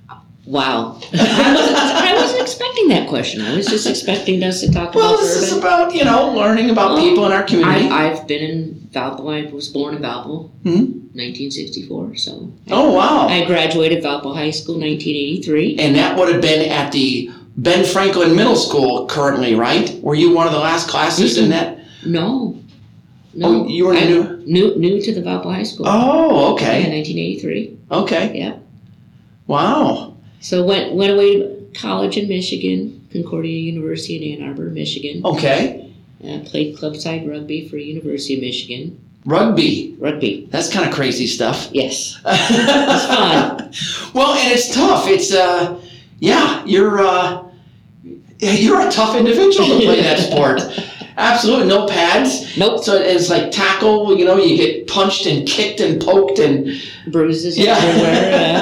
A: (laughs)
B: Wow, I wasn't, I wasn't expecting that question. I was just expecting us to talk
A: Well,
B: about
A: this is
B: urban.
A: about you know learning about people in our community.
B: Oh, I, I've been in Valpo. I was born in Valpo,
A: Mhm.
B: 1964. So
A: oh wow!
B: I graduated Valpo High School 1983.
A: and that would have been at the Ben Franklin Middle School currently, right? Were you one of the last classes in
B: Mhm.
A: that?
B: No, no,
A: Oh, you were
B: I-
A: new?
B: new new to the Valpo High School.
A: Oh,
B: Yeah,
A: okay.
B: 1983.
A: Okay.
B: Yeah.
A: Wow.
B: So went went away to college in Michigan, Concordia University in Ann Arbor, Michigan.
A: Okay.
B: Uh, played clubside rugby for University of Michigan.
A: Rugby.
B: Rugby,
A: That's kind of crazy stuff.
B: yes.
A: it's
B: fun.
A: (laughs) Well, and it's tough. It's uh, yeah, you're uh, you're a tough individual to play that sport. Absolutely, no pads.
B: Nope.
A: So it's like tackle. You know, you get punched and kicked and poked and
B: Bruises
A: yeah. (laughs)
B: everywhere. Uh,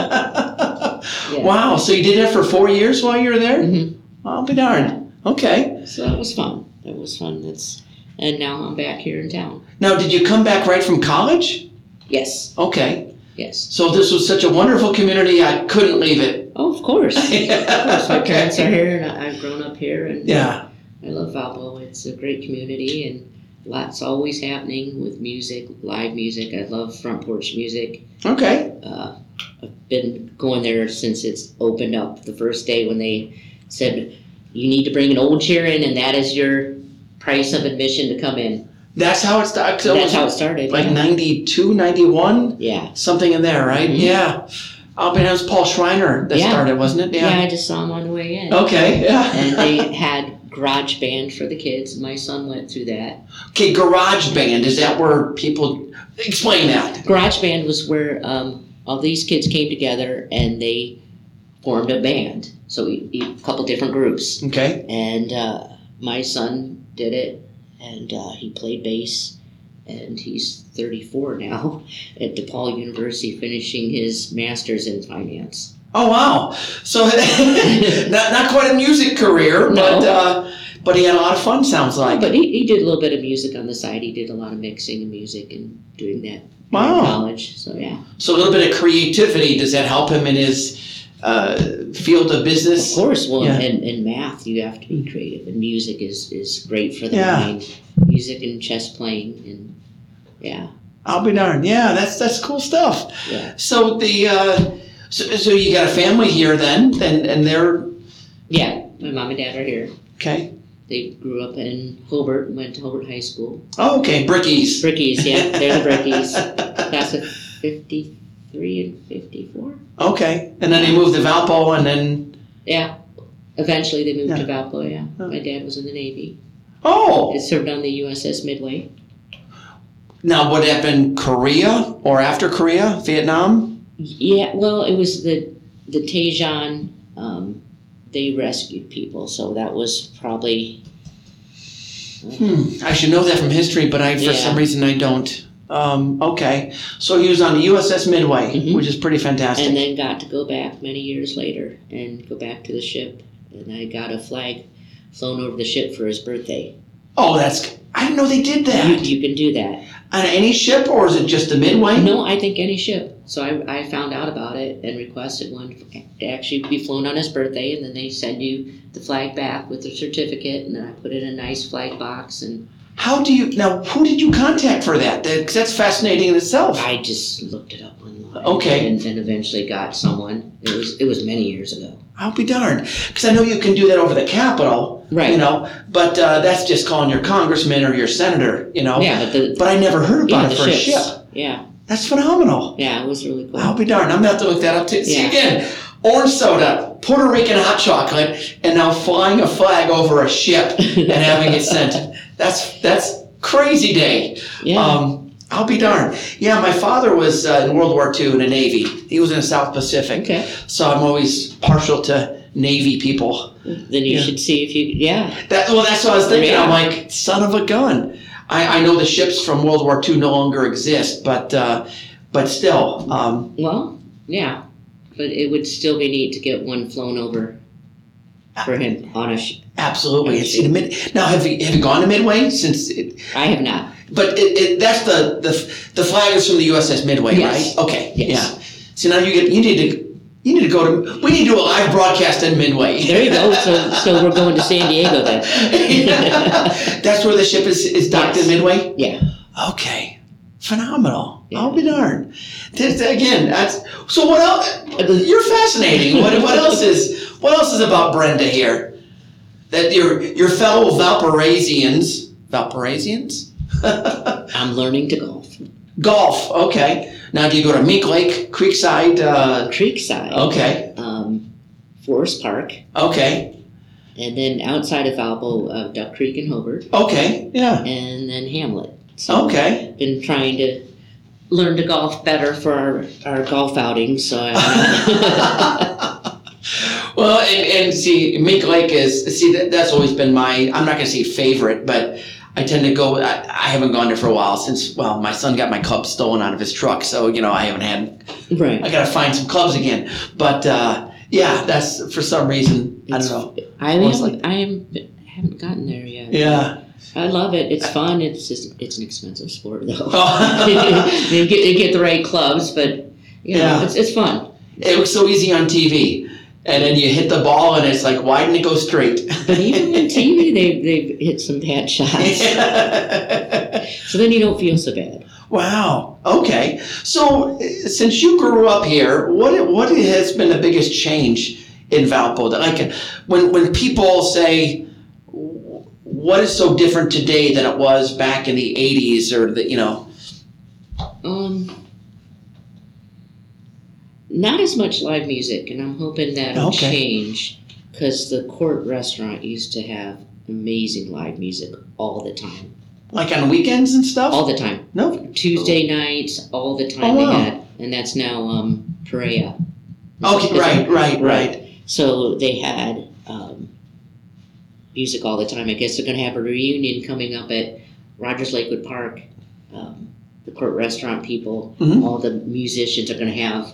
B: yeah.
A: Wow. So you did that for four years while you were there?
B: Mhm.
A: I'll be darned. Okay.
B: So that was fun. That was fun. That's and now I'm back here in town.
A: Now, did you come back right from college?
B: Yes.
A: Okay.
B: Yes.
A: So this was such a wonderful community. I couldn't leave it.
B: Oh,
A: (laughs)
B: of course. Of course. My parents are
A: okay.
B: here, and I, I've grown up here,
A: (laughs)
B: and
A: Yeah.
B: I love Valpo. It's a great community, and lots always happening with music, live music. I love front porch music.
A: Okay.
B: Uh, I've been going there since it's opened up. The first day when they said you need to bring an old chair in, and that is your price of admission to come in.
A: That's how it started. So it
B: That's how it
A: was
B: started.
A: like
B: yeah.
A: 92, 91,
B: yeah.
A: something in there, right?
B: Mhm.
A: Yeah. I'll be it was Paul Schreiner that
B: Yeah.
A: started, wasn't it?
B: yeah,
A: Yeah. Oh.
B: I just saw him on the way in.
A: Okay. Yeah.
B: and they had garage band for the kids. My son went through that.
A: (laughs) okay. Garage band. Is that where people explain that?
B: Garage band was where um, all these kids came together and they formed a band. So we, a couple different groups,
A: Okay.
B: and uh, my son did it, and uh, he played bass. And he's 34 now (laughs) at DePaul University, finishing his master's in finance.
A: Oh wow! So (laughs) not not quite a music career,
B: No.
A: but uh, but he had a lot of fun. Sounds like
B: But he, he did a little bit of music on the side. He did a lot of mixing and music and doing that in
A: wow.
B: college. So yeah.
A: So a little bit of creativity does that help him in his uh, field of
B: Of
A: business?
B: course, well,
A: Yeah.
B: in, in math, you have to be creative, and music is, is great for the
A: Yeah.
B: mind. Music and chess playing, and yeah,
A: I'll be darned. Yeah, that's that's cool stuff.
B: Yeah.
A: So the uh, so, so you got a family here then, and and they're
B: yeah. My mom and dad are here.
A: okay.
B: They grew up in Hobart, and went to Hobart High School.
A: Oh, okay, brickies.
B: Brickies, yeah, they're the Brickies. Class of fifty-three and fifty-four.
A: (laughs) Okay, and then they moved to Valpo, and then
B: Yeah. Eventually, they moved
A: Yeah.
B: to Valpo. Yeah,
A: Oh.
B: my dad was in the Navy.
A: oh,
B: It served on the USS Midway.
A: now would that have been Korea or after Korea, Vietnam?
B: Yeah, well, it was the the Tejan. Um, they rescued people, so that was probably
A: Hmm. I should know that from history, but I for
B: Yeah.
A: some reason I don't. Um, okay, so he was on the USS Midway,
B: Mhm.
A: which is pretty fantastic.
B: and then got to go back many years later and go back to the ship. And I got a flag flown over the ship for his birthday.
A: oh, that's I didn't know they did
B: You,
A: that
B: you can do that.
A: on any ship, or is it just the Midway?
B: No, I think any ship. So I, I found out about it and requested one to actually be flown on his birthday, and then they send you the flag back with the certificate, and then I put it in a nice flag box and.
A: How do you now? Who did you contact for that? Because that's fascinating in itself.
B: I just looked it up online.
A: Okay.
B: And, and eventually got someone. It was it was many years ago.
A: I'll be darned. Because I know you can do that over the Capitol, you know, but uh, that's just calling your congressman or your senator, you know.
B: yeah, but the
A: But I never heard
B: yeah,
A: about
B: the
A: it for
B: ships.
A: a ship.
B: Yeah,
A: That's phenomenal.
B: yeah, it was really cool.
A: I'll be darned. I'm gonna have to look that up too. See
B: Yeah.
A: again, orange soda, Puerto Rican hot chocolate, and now flying a flag over a
B: (laughs)
A: ship and having it sent. That's that's crazy day.
B: Yeah,
A: Um, I'll be darned. Yeah, my father was uh, in World War II in the Navy. He was in the South Pacific,
B: okay.
A: so I'm always partial to Navy people.
B: Then you
A: yeah.
B: should see if you. Yeah,
A: That well, that's what I was thinking. I'm
B: Yeah.
A: like, son of a gun. I, I know the ships from World War II no longer exist, but uh, but still, um,
B: well, yeah, but it would still be neat to get one flown over for him on a. Sh-
A: Absolutely, it's in the mid. Now, have you have you gone to Midway since? It,
B: I have not.
A: but it, it, that's the the the flag is from the USS Midway,
B: Yes.
A: right? Okay,
B: Yes.
A: yeah. So now you get you need to you need to go to we need to do a live broadcast in Midway.
B: (laughs)
A: (laughs)
B: There you go. So so we're going to San Diego then.
A: (laughs) that's where the ship is is docked
B: Yes.
A: in Midway.
B: yeah.
A: Okay, phenomenal.
B: Yeah.
A: I'll be darned. This, again, that's so. What else? You're fascinating. What what else is what else is about Brenda here? That your your fellow Valparaisoans, Valparaisoans,
B: I'm learning to golf.
A: golf. Okay. Now do you go to Meek Lake, Creekside? Uh,
B: Creekside.
A: okay.
B: Um, Forest Park.
A: Okay.
B: And then outside of Valpo, uh, Duck Creek and Hobart,
A: Okay, yeah.
B: and then Hamlet. So
A: Okay.
B: I've been trying to learn to golf better for our, our golf outings. So I,
A: (laughs) Well, and, and see, Mink Lake is, see, that, that's always been my, I'm not going to say favorite, but I tend to go, I, I haven't gone there for a while since, well, my son got my club stolen out of his truck. So, you know, I haven't had
B: right.
A: I gotta find some clubs again. But uh, yeah, that's for some reason I don't
B: It's-
A: know.
B: I
A: Almost
B: haven't, I haven't haven't gotten there yet.
A: Yeah, (laughs)
B: I love it. It's fun. It's just it's an expensive sport though.
A: Oh.
B: (laughs) they get they get the right clubs, but you know
A: Yeah.
B: it's it's fun.
A: it looks so easy on TV, and then you hit the ball and it's like, why didn't it go straight?
B: But even
A: (laughs)
B: on TV, they they've hit some bad shots,
A: (laughs)
B: so then you don't feel so bad.
A: wow. Okay. So eh, since you grew up here, what what has been the biggest change in Valpo? That like when when people say. What is so different today than it was back in the '80s, or the you know?
B: Um, not as much live music, and I'm hoping that'll
A: Okay.
B: change because the court restaurant used to have amazing live music all the time,
A: Like on weekends and stuff?
B: all the time.
A: no.
B: Tuesday nights, all the time
A: Oh,
B: they
A: wow.
B: had, and that's now um, Perea.
A: Okay, right, right, right.
B: So they had um, music all the time. I guess they're going to have a reunion coming up at Rogers Lakewood Park. Um, the court restaurant people,
A: Mhm.
B: all the musicians are going to have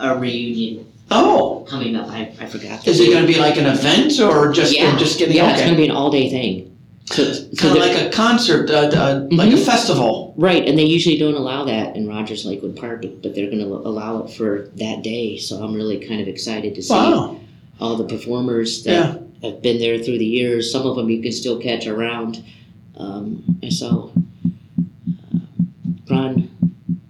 B: a reunion
A: Oh,
B: coming up. I, I forgot. the
A: Is it
B: name.
A: going to be like an event or just
B: Yeah.
A: just getting
B: Yeah, it's
A: okay?
B: going to be an all day thing. So, so
A: kind of
B: they're-
A: like a concert, uh, uh, like a
B: Mhm.
A: festival.
B: right, and they usually don't allow that in Rogers Lakewood Park, but, but they're going to allow it for that day. So I'm really kind of excited to see
A: Wow.
B: all the performers that
A: Yeah.
B: have been there through the years. Some of them you can still catch around. Um, I saw uh, Ron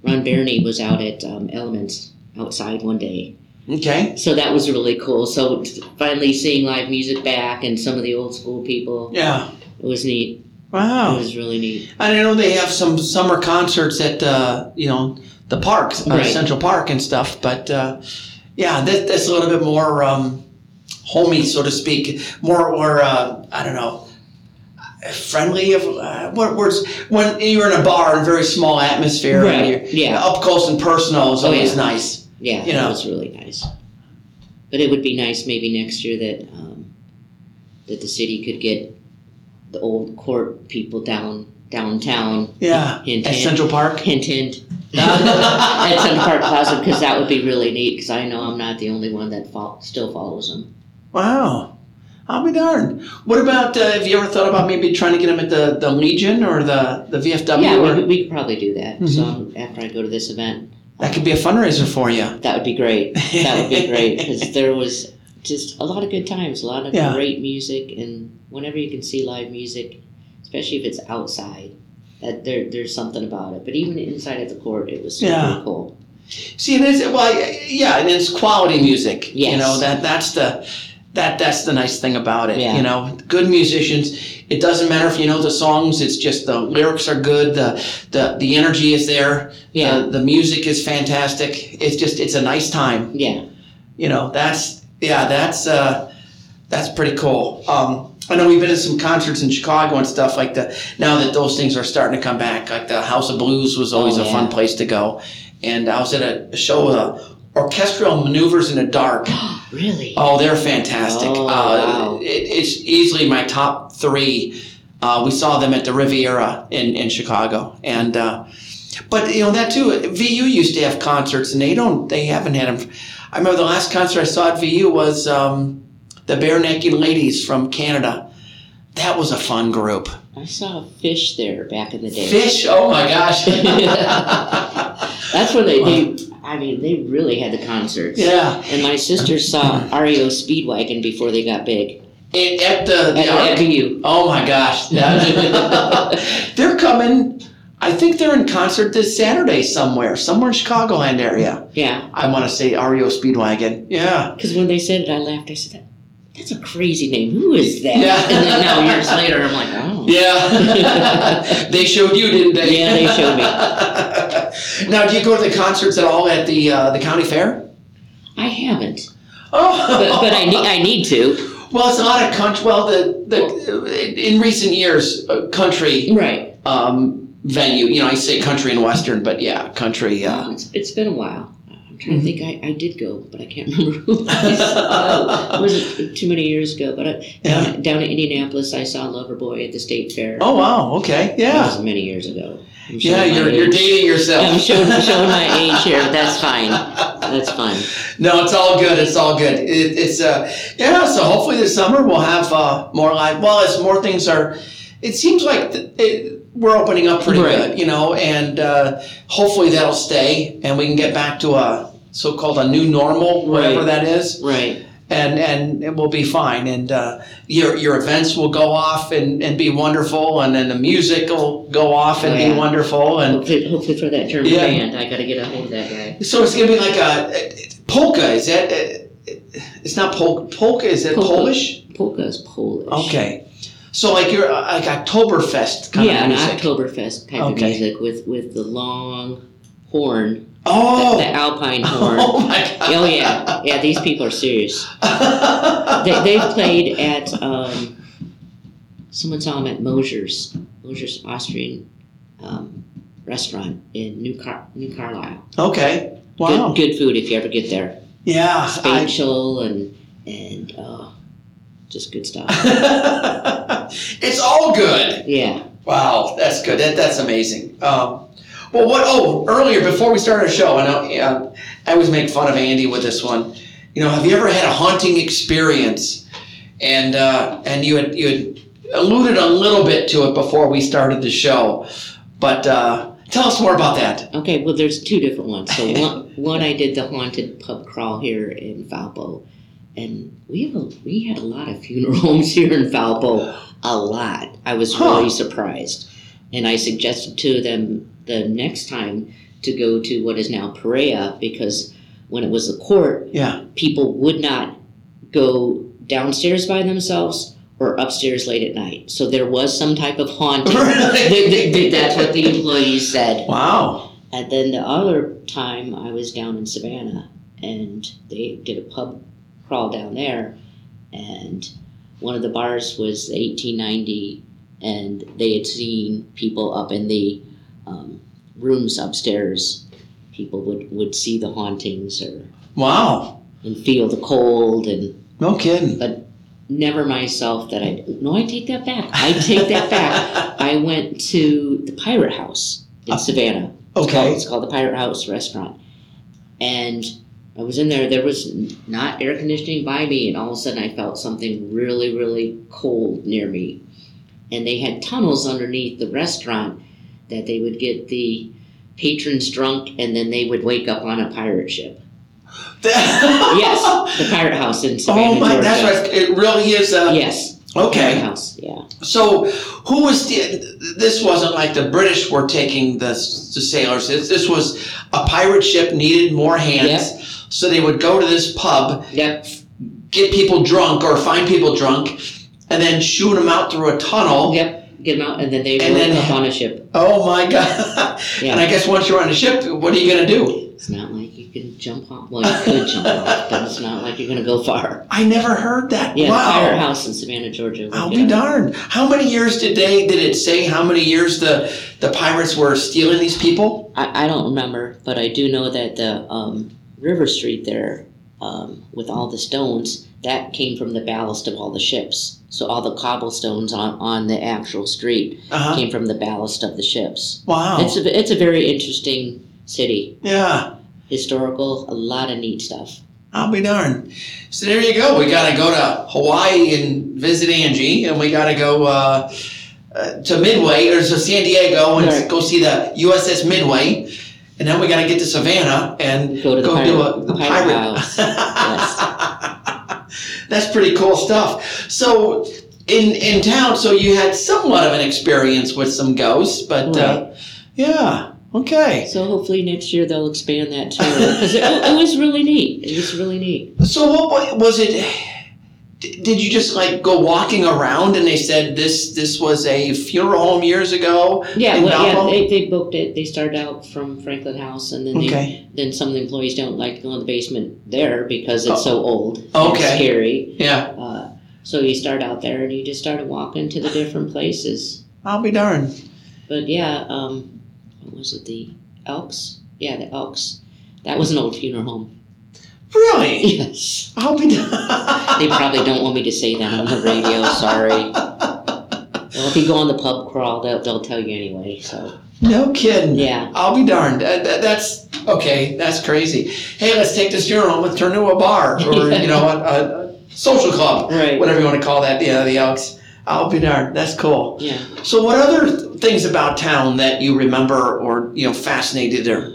B: Ron Berney was out at um, Elements outside one day,
A: Okay.
B: so that was really cool. So finally seeing live music back and some of the old school people,
A: Yeah.
B: it was neat. It
A: Wow.
B: was really neat.
A: And I know they have some summer concerts at uh, you know the parks, uh,
B: Right.
A: Central Park and stuff. But uh, yeah, that, that's a little bit more um, homey, so to speak. More or uh, I don't know. Friendly of uh, what words when you're in a bar in a very small atmosphere, and
B: Right,
A: you're-
B: yeah.
A: up close and personal is
B: Oh,
A: always
B: yeah.
A: nice.
B: Yeah,
A: You
B: it
A: know.
B: was really nice. But it would be nice maybe next year that um, that the city could get the old court people down downtown.
A: Yeah,
B: Hint,
A: at
B: hint.
A: Central Park.
B: Hint, hint. (laughs) at Central Park Plaza because that would be really neat because I know I'm not the only one that fol- still follows them.
A: Wow, I'll be darned. What about uh, have you ever thought about maybe trying to get him at the, the Legion or the the VFW?
B: yeah, we,
A: or,
B: we could probably do that. So um, after I go to this event,
A: that could be a fundraiser for you.
B: that would be great. That would
A: (laughs)
B: be great because there was just a lot of good times, a lot of
A: Yeah.
B: great music, and whenever you can see live music, especially if it's outside, that there there's something about it. But even inside of the court, it was super
A: Yeah.
B: cool.
A: See, it is well, yeah, and it's quality music. You
B: Yes.
A: know that that's the that that's the nice thing about it.
B: Yeah.
A: You know, good musicians. It doesn't matter if you know the songs. It's just the lyrics are good. The the the energy is there.
B: Yeah.
A: The, the music is fantastic. It's just it's a nice time.
B: Yeah, (gasps)
A: you know that's yeah that's uh that's pretty cool um i know we've been to some concerts in chicago and stuff like that now that those things are starting to come back like the house of blues was always
B: Oh,
A: a fun
B: yeah.
A: place to go and i was at a, a show uh, orchestral maneuvers in the dark
B: really.
A: oh they're fantastic
B: Oh,
A: uh,
B: wow.
A: it, it's easily my top three uh, we saw them at the riviera in, in chicago and uh, but you know that too. VU used to have concerts, and they don't. They haven't had them. I remember the last concert I saw at VU was um, the Bare Naked Ladies from Canada. That was a fun group.
B: I saw fish there back in the day.
A: Fish. Oh my gosh. (laughs)
B: That's when they, they I mean, they really had the concerts.
A: yeah.
B: And my sister saw REO Speedwagon before they got big.
A: It, at the, the
B: At, at
A: Arc-
B: BU.
A: Oh my (laughs) gosh. That- (laughs) they're coming. I think they're in concert this Saturday somewhere, somewhere in Chicagoland area.
B: Yeah.
A: I want to say REO Speedwagon. Yeah.
B: Because when they said it, I laughed. I said, that, that's a crazy name. Who is that?
A: Yeah.
B: And then now years later, I'm like, oh.
A: Yeah. (laughs) they showed you, didn't they?
B: Yeah, they showed
A: me. (laughs) now, do you go to the concerts at all at the uh, the county fair?
B: I haven't.
A: Oh, (laughs)
B: But, but I, need, I need to.
A: Well, it's not a country. Well, the, the in recent years, uh, country
B: Right.
A: um, venue. You know, I say country and western, but yeah, country. Uh,
B: It's, it's been a while. I'm trying
A: Mm-hmm.
B: to think. I, I did go, but I can't (laughs) remember who. I saw. it wasn't too many years ago, but I,
A: yeah.
B: down, down in Indianapolis, I saw Loverboy at the state fair.
A: Oh wow. Okay.
B: That
A: Yeah.
B: was many years ago. I'm
A: Yeah.
B: showing my
A: You're, you're
B: age.
A: dating yourself.
B: I'm (laughs) showing, showing my age here, but that's fine. That's fine.
A: (laughs) No, it's all good. It's all good. It, it's uh, yeah. So hopefully this summer we'll have uh, more live. Well, as more things are, it seems like th- it, we're opening up pretty
B: Right.
A: good, you know, and uh, hopefully that'll stay, and we can get back to a so-called a new normal, whatever
B: Right.
A: that is,
B: Right.
A: and and it will be fine. And uh, your your events will go off and, and be wonderful, and then the music will go off and
B: Oh, yeah.
A: be wonderful, and
B: Hopefully, hopefully for that German
A: Yeah.
B: band, I got to get a hold of that guy.
A: So it's gonna be like a polka. Is that? uh, It's not polka. Polka is it
B: Polka.
A: Polish?
B: Polka is Polish.
A: Okay. So like you're uh, like Oktoberfest kind
B: Yeah,
A: of
B: an
A: music.
B: Oktoberfest type
A: Okay.
B: of music with with the long horn,
A: oh.
B: the, the alpine horn.
A: (laughs) oh my god. (laughs)
B: Oh yeah, yeah. These people are serious. They they played at um, someone saw them at Mosier's, Mosier's Austrian um, restaurant in New Car New Carlisle.
A: okay. Wow.
B: Good, good food if you ever get there.
A: Yeah. I-
B: Spatial and and uh, just
A: (laughs)
B: good stuff.
A: it's all good.
B: Yeah.
A: Wow, that's good. That, that's amazing. Um, well, what? Oh, earlier before we started our show, and I, uh, I always make fun of Andy with this one. You know, have you ever had a hunting experience? And uh, and you had you had alluded a little bit to it before we started the show, but uh, tell us more about that.
B: Okay. Well, there's two different ones. So one one I did the haunted pub crawl here in Valpo, and we have a, we had a lot of funeral (laughs) homes here in Valpo. A lot. I was
A: Huh.
B: really surprised, and I suggested to them the next time to go to what is now Perea because when it was the court
A: Yeah.
B: people would not go downstairs by themselves or upstairs late at night. So there was some type of haunting. Th- th- th- That's what the employees said.
A: Wow.
B: And then the other time I was down in Savannah and they did a pub crawl down there and one of the bars was 1890 and they had seen people up in the um, rooms upstairs. People would, would see the hauntings or
A: Wow.
B: and feel the cold and
A: No kidding.
B: never myself that I no I take that back I take that back I went to the Pirate House in
A: Uh,
B: Savannah it's
A: (laughs)
B: called,
A: Okay.
B: it's called the Pirate House restaurant and I was in there there was n- not air conditioning by me and all of a sudden I felt something really really cold near me and they had tunnels underneath the restaurant that they would get the patrons drunk and then they would wake up on a pirate ship yes the Pirate House in
A: (laughs)
B: Savannah
A: Oh my.
B: Georgia.
A: That's right. It really is. Uh,
B: Yes.
A: Okay.
B: House, yeah.
A: So, who was the? This wasn't like the British were taking the, the sailors. This, this was a pirate ship needed more hands, so they would go to this pub,
B: Yep.
A: get people drunk or find people drunk, and then shoot them out through a tunnel.
B: Yep. Get them out, and then they
A: And
B: roll
A: then-
B: up on a ship.
A: Oh my (laughs) god! and I
B: Yeah.
A: guess once you're on a ship, what are you gonna do?
B: It's not like you can jump off. Well, you could jump off, but it's not like you're going to go far.
A: I never heard that.
B: Yeah.
A: wow.
B: Pirate House in Savannah, Georgia.
A: I'll
B: Yeah.
A: be darned. How many years did they did it say how many years the the pirates were stealing these people?
B: I, I don't remember, but I do know that the um, River Street there, um, with all the stones, that came from the ballast of all the ships. So all the cobblestones on, on the actual street
A: Uh-huh.
B: came from the ballast of the ships.
A: Wow.
B: It's a it's a very interesting city.
A: yeah.
B: historical, a lot of neat stuff.
A: I'll be darned. So there you go. We gotta go to Hawaii and visit Angie, and we gotta go uh, uh, to Midway or to San Diego and
B: Right.
A: go see the USS Midway, and then we gotta get to Savannah and
B: Go to the
A: go
B: pirate,
A: do a the
B: pirate
A: (laughs) pirate.
B: house. yes.
A: That's pretty cool stuff. So in in town, so you had somewhat of an experience with some ghosts, but uh, yeah, okay.
B: So hopefully next year they'll expand that too. 'Cause it, it was really neat. It was really neat.
A: So what wa- was it? d- Did you just like go walking around and they said this this was a funeral home years ago?
B: Yeah,
A: And
B: well,
A: Valpo?
B: yeah. They, they booked it. They started out from Franklin House, and then
A: Okay.
B: they, then some of the employees don't like to go in the basement there because it's so old. and
A: Oh. Okay.
B: scary.
A: Yeah.
B: Uh, So you start out there and you just started walking to the different places.
A: I'll be darned.
B: But yeah, um, what was it? The Elks? Yeah, the Elks. That was an old funeral home. (laughs)
A: Really?
B: Yes.
A: (laughs) I'll be
B: They
A: darned.
B: probably don't want me to say that on the radio. Sorry. Well, if you go on the pub crawl, they'll, they'll tell you anyway. So
A: (laughs) no kidding.
B: yeah,
A: I'll be darned. Uh, that, that's okay. That's crazy. Hey, let's take this funeral and turn to a bar (laughs) or you know a, a, a social club,
B: right.
A: whatever you want to call that. Yeah, the Elks. I'll be darned. That's cool.
B: Yeah.
A: So, what other th- things about town that you remember or you know fascinated or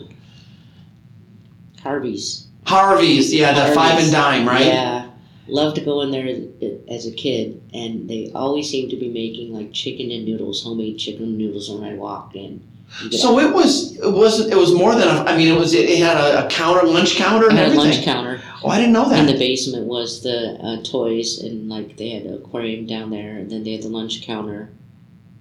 B: Harvey's.
A: Harvey's? Yeah, the five and
B: Harvey's.
A: dime, right?
B: Yeah. Loved to go in there as- as a kid, and they always seemed to be making like chicken and noodles, homemade chicken and noodles when I walked in. You could-
A: So it was. It wasn't. It was more than. A, I mean, it was. It, it had a, a counter, lunch counter,
B: I
A: and
B: had a
A: everything.
B: lunch counter.
A: Oh, I didn't know
B: In
A: that.
B: the basement was the uh, toys, and like they had an aquarium down there, and then they had the lunch counter.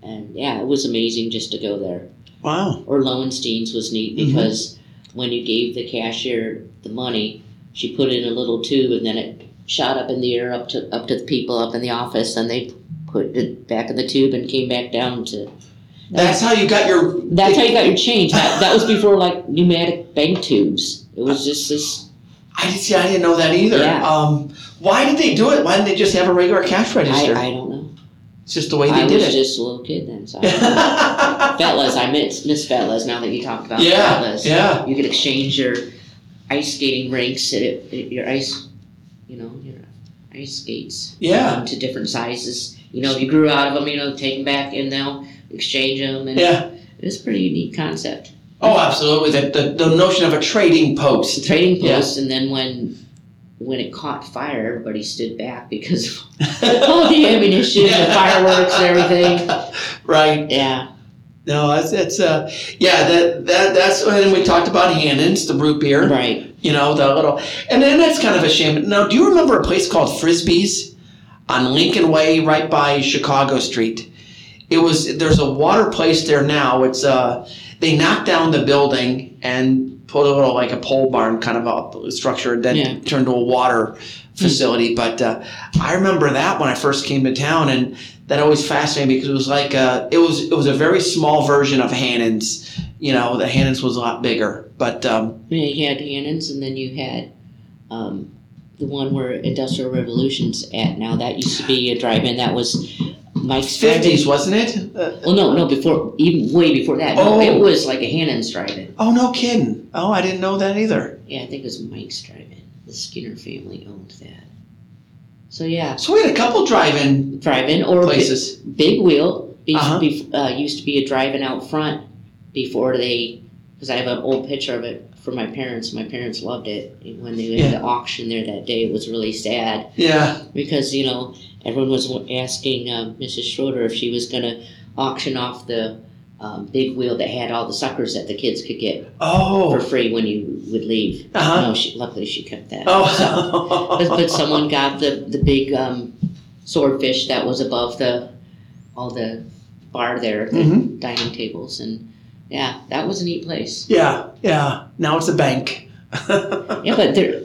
B: And yeah, it was amazing just to go there.
A: wow.
B: or Lowenstein's was neat
A: Mhm.
B: because when you gave the cashier the money, she put it in a little tube and then it shot up in the air up to up to the people up in the office, and they put it back in the tube and came back down to.
A: That's how you got your.
B: That's how you got your change. That, that was before like pneumatic bank tubes. It was just this.
A: I didn't see. I didn't know that either.
B: Yeah.
A: Um, why did they do it? Why didn't they just have a regular cash
B: I,
A: register?
B: I don't know.
A: it's just the way they
B: I
A: did
B: was
A: it.
B: just a little kid then. So
A: (laughs)
B: I don't (laughs) know. Fellas, I miss miss Fellas. Now that you talk about
A: Yeah,
B: Fellas,
A: yeah.
B: you could exchange your ice skating rinks at, it- at your ice, you know, your ice skates
A: yeah.
B: um, to different sizes. You know, if you grew out of them, you know, take them back and they'll exchange them. And
A: Yeah.
B: it's a pretty unique concept.
A: Oh, absolutely. The, the, the notion of a trading
B: The
A: post.
B: (laughs) trading
A: Yeah.
B: post, and then when when it caught fire, everybody stood back because of (laughs) all the ammunition, and the fireworks, and everything.
A: (laughs) Right.
B: Yeah,
A: No, that's, that's uh, yeah. That that that's and we talked about Hannon's, the root beer.
B: right.
A: You know, the little, and then that's kind of a shame. Now, do you remember a place called Frisbee's on Lincoln Way, right by Chicago Street? It was there's a water place there now. It's uh, they knocked down the building and put a little like a pole barn kind of a structure that
B: Yeah.
A: turned to a water facility. But uh, I remember that when I first came to town, and that always fascinated me because it was like uh, it was it was a very small version of Hannon's. You know, the Hannon's was a lot bigger, but. Um,
B: Yeah, you had Hannon's, and then you had um, the one where Industrial Revolution's at now. That used to be a drive-in. That was Mike's
A: fifties, wasn't it? Uh,
B: Well, no, no, before even way before that. No,
A: Oh.
B: it was like a Hannon's drive-in.
A: oh no, kidding! Oh, I didn't know that either.
B: Yeah, I think it was Mike's drive-in. The Skinner family owned that. So yeah,
A: So we had a couple drive-in
B: drive-in or
A: places.
B: Big, Big Wheel be,
A: Uh-huh.
B: be, uh, used to be a drive-in out front before they. Because I have an old picture of it from my parents. My parents loved it when they had the auction there that day. It was really sad.
A: Yeah,
B: because you know everyone was asking um, Mrs. Schroeder if she was going to auction off the um, big wheel that had all the suckers that the kids could get
A: oh,
B: for free when you would leave.
A: uh huh,
B: No, she, luckily she kept that. Uh-huh.
A: oh, (laughs)
B: But, but someone got the the big um, swordfish that was above the all the bar there, the
A: Mhm.
B: dining tables, and yeah, that was a neat place.
A: Yeah, yeah. Now it's a bank. (laughs)
B: Yeah, but there.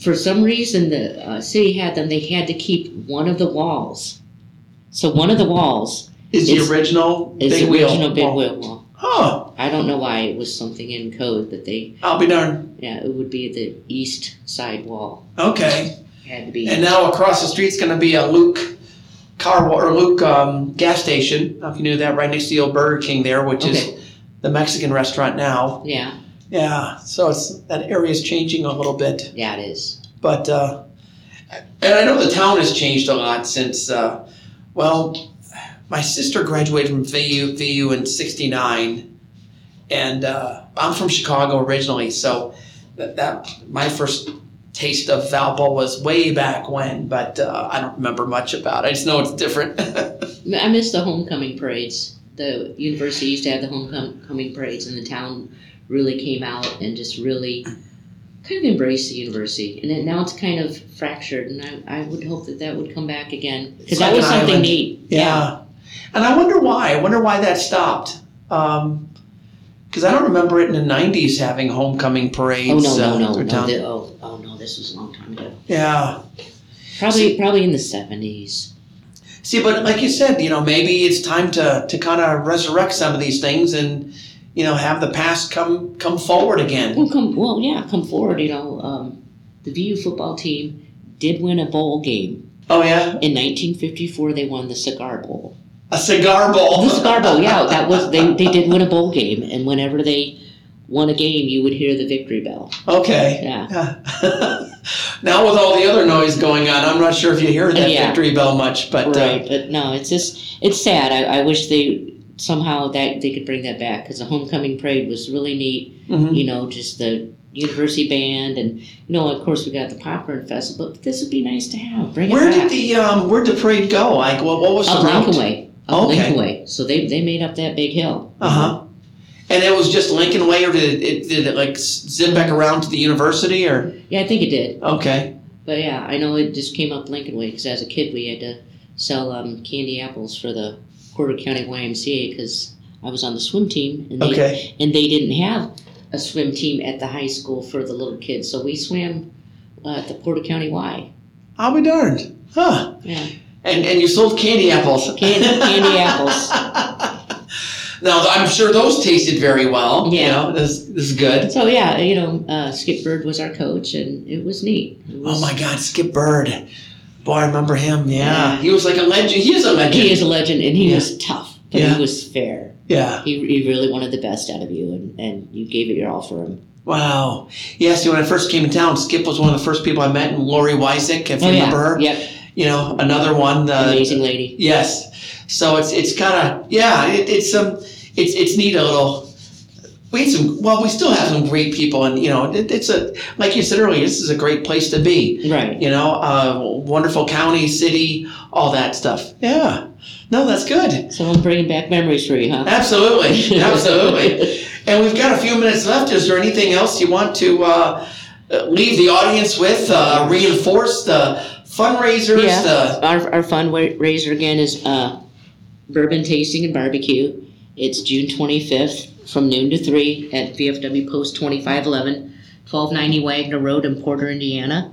B: For some reason, the uh, city had them. They had to keep one of the walls. So one of the walls
A: Is the
B: It's-
A: original
B: is
A: big
B: the
A: wheel?
B: original big
A: Oh.
B: wheel wall.
A: Huh?
B: I don't know why it was something in code that they
A: I'll be darned.
B: yeah it would be the east side wall
A: Okay.
B: had to be
A: And now across the street's going to be a Luke car wa- or Luke um, gas station. I don't know if you knew that, right next to the old Burger King there, which
B: Okay.
A: is the Mexican restaurant now.
B: yeah
A: Yeah. So it's that area's changing a little bit.
B: yeah it is
A: But uh, and I know the town has changed a lot since. Uh, well, my sister graduated from VU VU in '69, and uh, I'm from Chicago originally, so that, that my first taste of Valpo was way back when. But uh, I don't remember much about it. I just know it's different. (laughs)
B: I miss the homecoming parades the university used to have the homecoming parades and the town really came out and just really kind of embraced the university and then now it's kind of fractured and I, I would hope that that would come back again
A: It's
B: because that
A: like
B: was
A: an
B: something
A: island.
B: neat
A: Yeah. And I wonder why. I wonder why that stopped. Um 'cause because I don't remember it in the '90s having homecoming parades.
B: oh no
A: uh,
B: no no,
A: through
B: no
A: town.
B: the- oh, oh no this was a long time ago
A: Yeah.
B: Probably, probably in the seventies.
A: See, but like you said, you know, maybe it's time to to kind of resurrect some of these things and you know have the past come come forward again.
B: Well, come, well, yeah, come forward. You know, um, the VU football team did win a bowl game
A: Oh yeah,
B: in 1954. They won the Cigar Bowl.
A: a cigar bowl.
B: (laughs) The Cigar Bowl, yeah, that was they. They did win a bowl game, and whenever they won a game, you would hear the victory bell.
A: Okay.
B: Yeah,
A: Yeah. (laughs) now with all the other noise going on, I'm not sure if you hear that
B: Yeah.
A: victory bell much, but
B: right.
A: uh,
B: But no, it's just it's sad. I, I wish they somehow that they could bring that back because the homecoming parade was really neat.
A: mhm.
B: you know, just the university band, and you know, of course, we got the popcorn festival. But this would be nice to have. Bring
A: where
B: it
A: did
B: back.
A: the um, where did the parade go? Like what, what was
B: up
A: the route?
B: Lincoln Way? Up
A: Okay.
B: Lincoln Way. So they they made up that big hill.
A: Uh huh. And it was just Lincoln Way, or did it, did it like zip back around to the university, or
B: Yeah, I think it did.
A: okay?
B: But yeah, I know it just came up Lincoln Way because as a kid we had to sell um, candy apples for the Porter County YMCA because I was on the swim team and they
A: Okay.
B: and they didn't have a swim team at the high school for the little kids, so we swam uh, at the Porter County Y.
A: I'll be darned, huh?
B: Yeah.
A: And and you sold candy apples.
B: Candy- candy apples.
A: (laughs) now I'm sure those tasted very well.
B: Yeah.
A: You know, this this is good.
B: So yeah, you know, uh, Skip Bird was our coach, and it was neat. It was,
A: Oh my God, Skip Bird. Boy, I remember him. Yeah. He was like a legend. He is a legend.
B: He is a legend, and he
A: Yeah.
B: was tough, but
A: Yeah.
B: he was fair.
A: Yeah.
B: He, he really wanted the best out of you, and, and you gave it your all for him.
A: Wow. Yeah. See, when I first came to town, Skip was one of the first people I met, and Lori Weisick, if you
B: Oh, yeah,
A: remember her.
B: yep,
A: You know, another one. Uh,
B: amazing lady.
A: Yes. So it's it's kind of yeah. It, it's um it's it's neat a little. We had some well, we still have some great people, and you know, it, it's a like you said earlier, this is a great place to be.
B: Right.
A: You know, uh, wonderful county, city, all that stuff. Yeah. No, that's good.
B: So I'm bringing back memories for you, huh?
A: Absolutely, absolutely. And we've got a few minutes left. Is there anything else you want to uh, leave the audience with? Uh, reinforce the fundraisers.
B: Yeah.
A: The
B: our our fundraiser again is uh, bourbon tasting and barbecue. It's June 25th from noon to three at VFW Post 2511, 1290 Wagner Road in Porter, Indiana.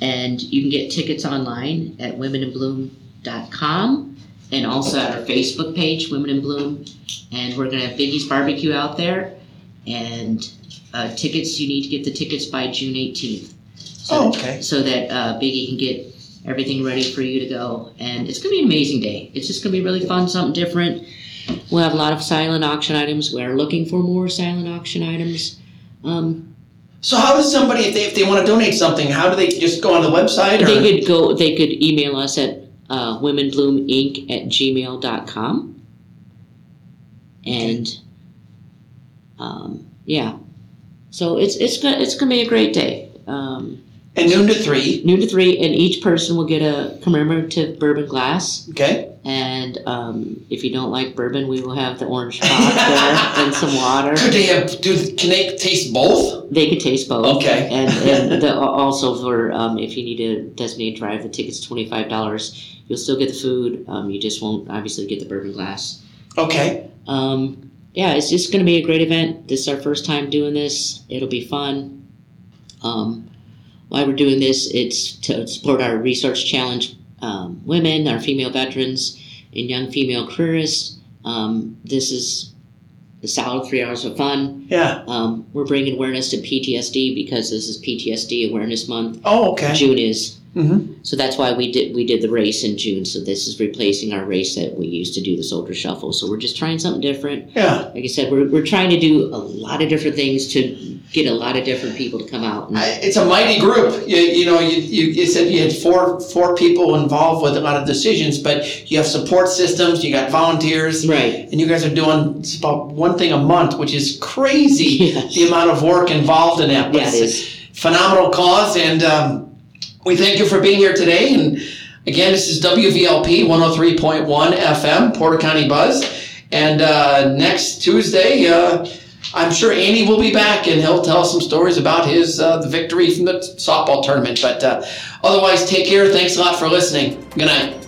B: And you can get tickets online at womeninbloom.com and also at our Facebook page, Women in Bloom. And we're going to have Biggie's Barbecue out there. And uh, tickets, you need to get the tickets by June 18th. So
A: oh,
B: that-
A: okay.
B: so that uh, Biggie can get everything ready for you to go. And it's gonna be an amazing day. It's just gonna be really fun, something different. We'll have a lot of silent auction items. We're looking for more silent auction items. Um,
A: So how does somebody, if they, if they want to donate something, how do they just go on the website or?
B: they could go. They could email us at uh, womenbloominc at gmail.com. And um, yeah, so it's it's gonna it's gonna be a great day. Um,
A: and noon to three,
B: noon to three, and each person will get a commemorative bourbon glass.
A: okay?
B: And um, if you don't like bourbon, we will have the orange pop there and some water.
A: Could they have, do, can they taste both?
B: They could taste both.
A: Okay.
B: And, and the, also for um, if you need to designate drive, the ticket's twenty five dollars. You'll still get the food. Um, you just won't obviously get the bourbon glass.
A: Okay,
B: Um, yeah, it's just going to be a great event. This is our first time doing this. It'll be fun. Um, why we're doing this, it's to support our research challenge um, women, our female veterans, and young female careerists. Um, this is a solid three hours of fun.
A: yeah.
B: Um, we're bringing awareness to PTSD because this is PTSD Awareness Month.
A: Oh, okay.
B: June is.
A: Mhm.
B: So that's why we did we did the race in June. So this is replacing our race that we used to do the soldier shuffle. So we're just trying something different
A: Yeah.
B: like I said, we're, we're trying to do a lot of different things to get a lot of different people to come out. And,
A: I, it's a mighty group. You, you know, you, you, you said you had four, four people involved with a lot of decisions, but you have support systems, you got volunteers,
B: right.
A: and you guys are doing just about one thing a month, which is crazy.
B: Yes.
A: The amount of work involved in that. But
B: Yeah, it
A: it's-
B: is.
A: phenomenal cause. And um, we thank you for being here today. And again, this is WVLP 103.1 FM, Porter County Buzz. And uh, next Tuesday, uh, I'm sure Andy will be back and he'll tell us some stories about his uh, the victory from the softball tournament. But uh, otherwise, take care. Thanks a lot for listening. Good night.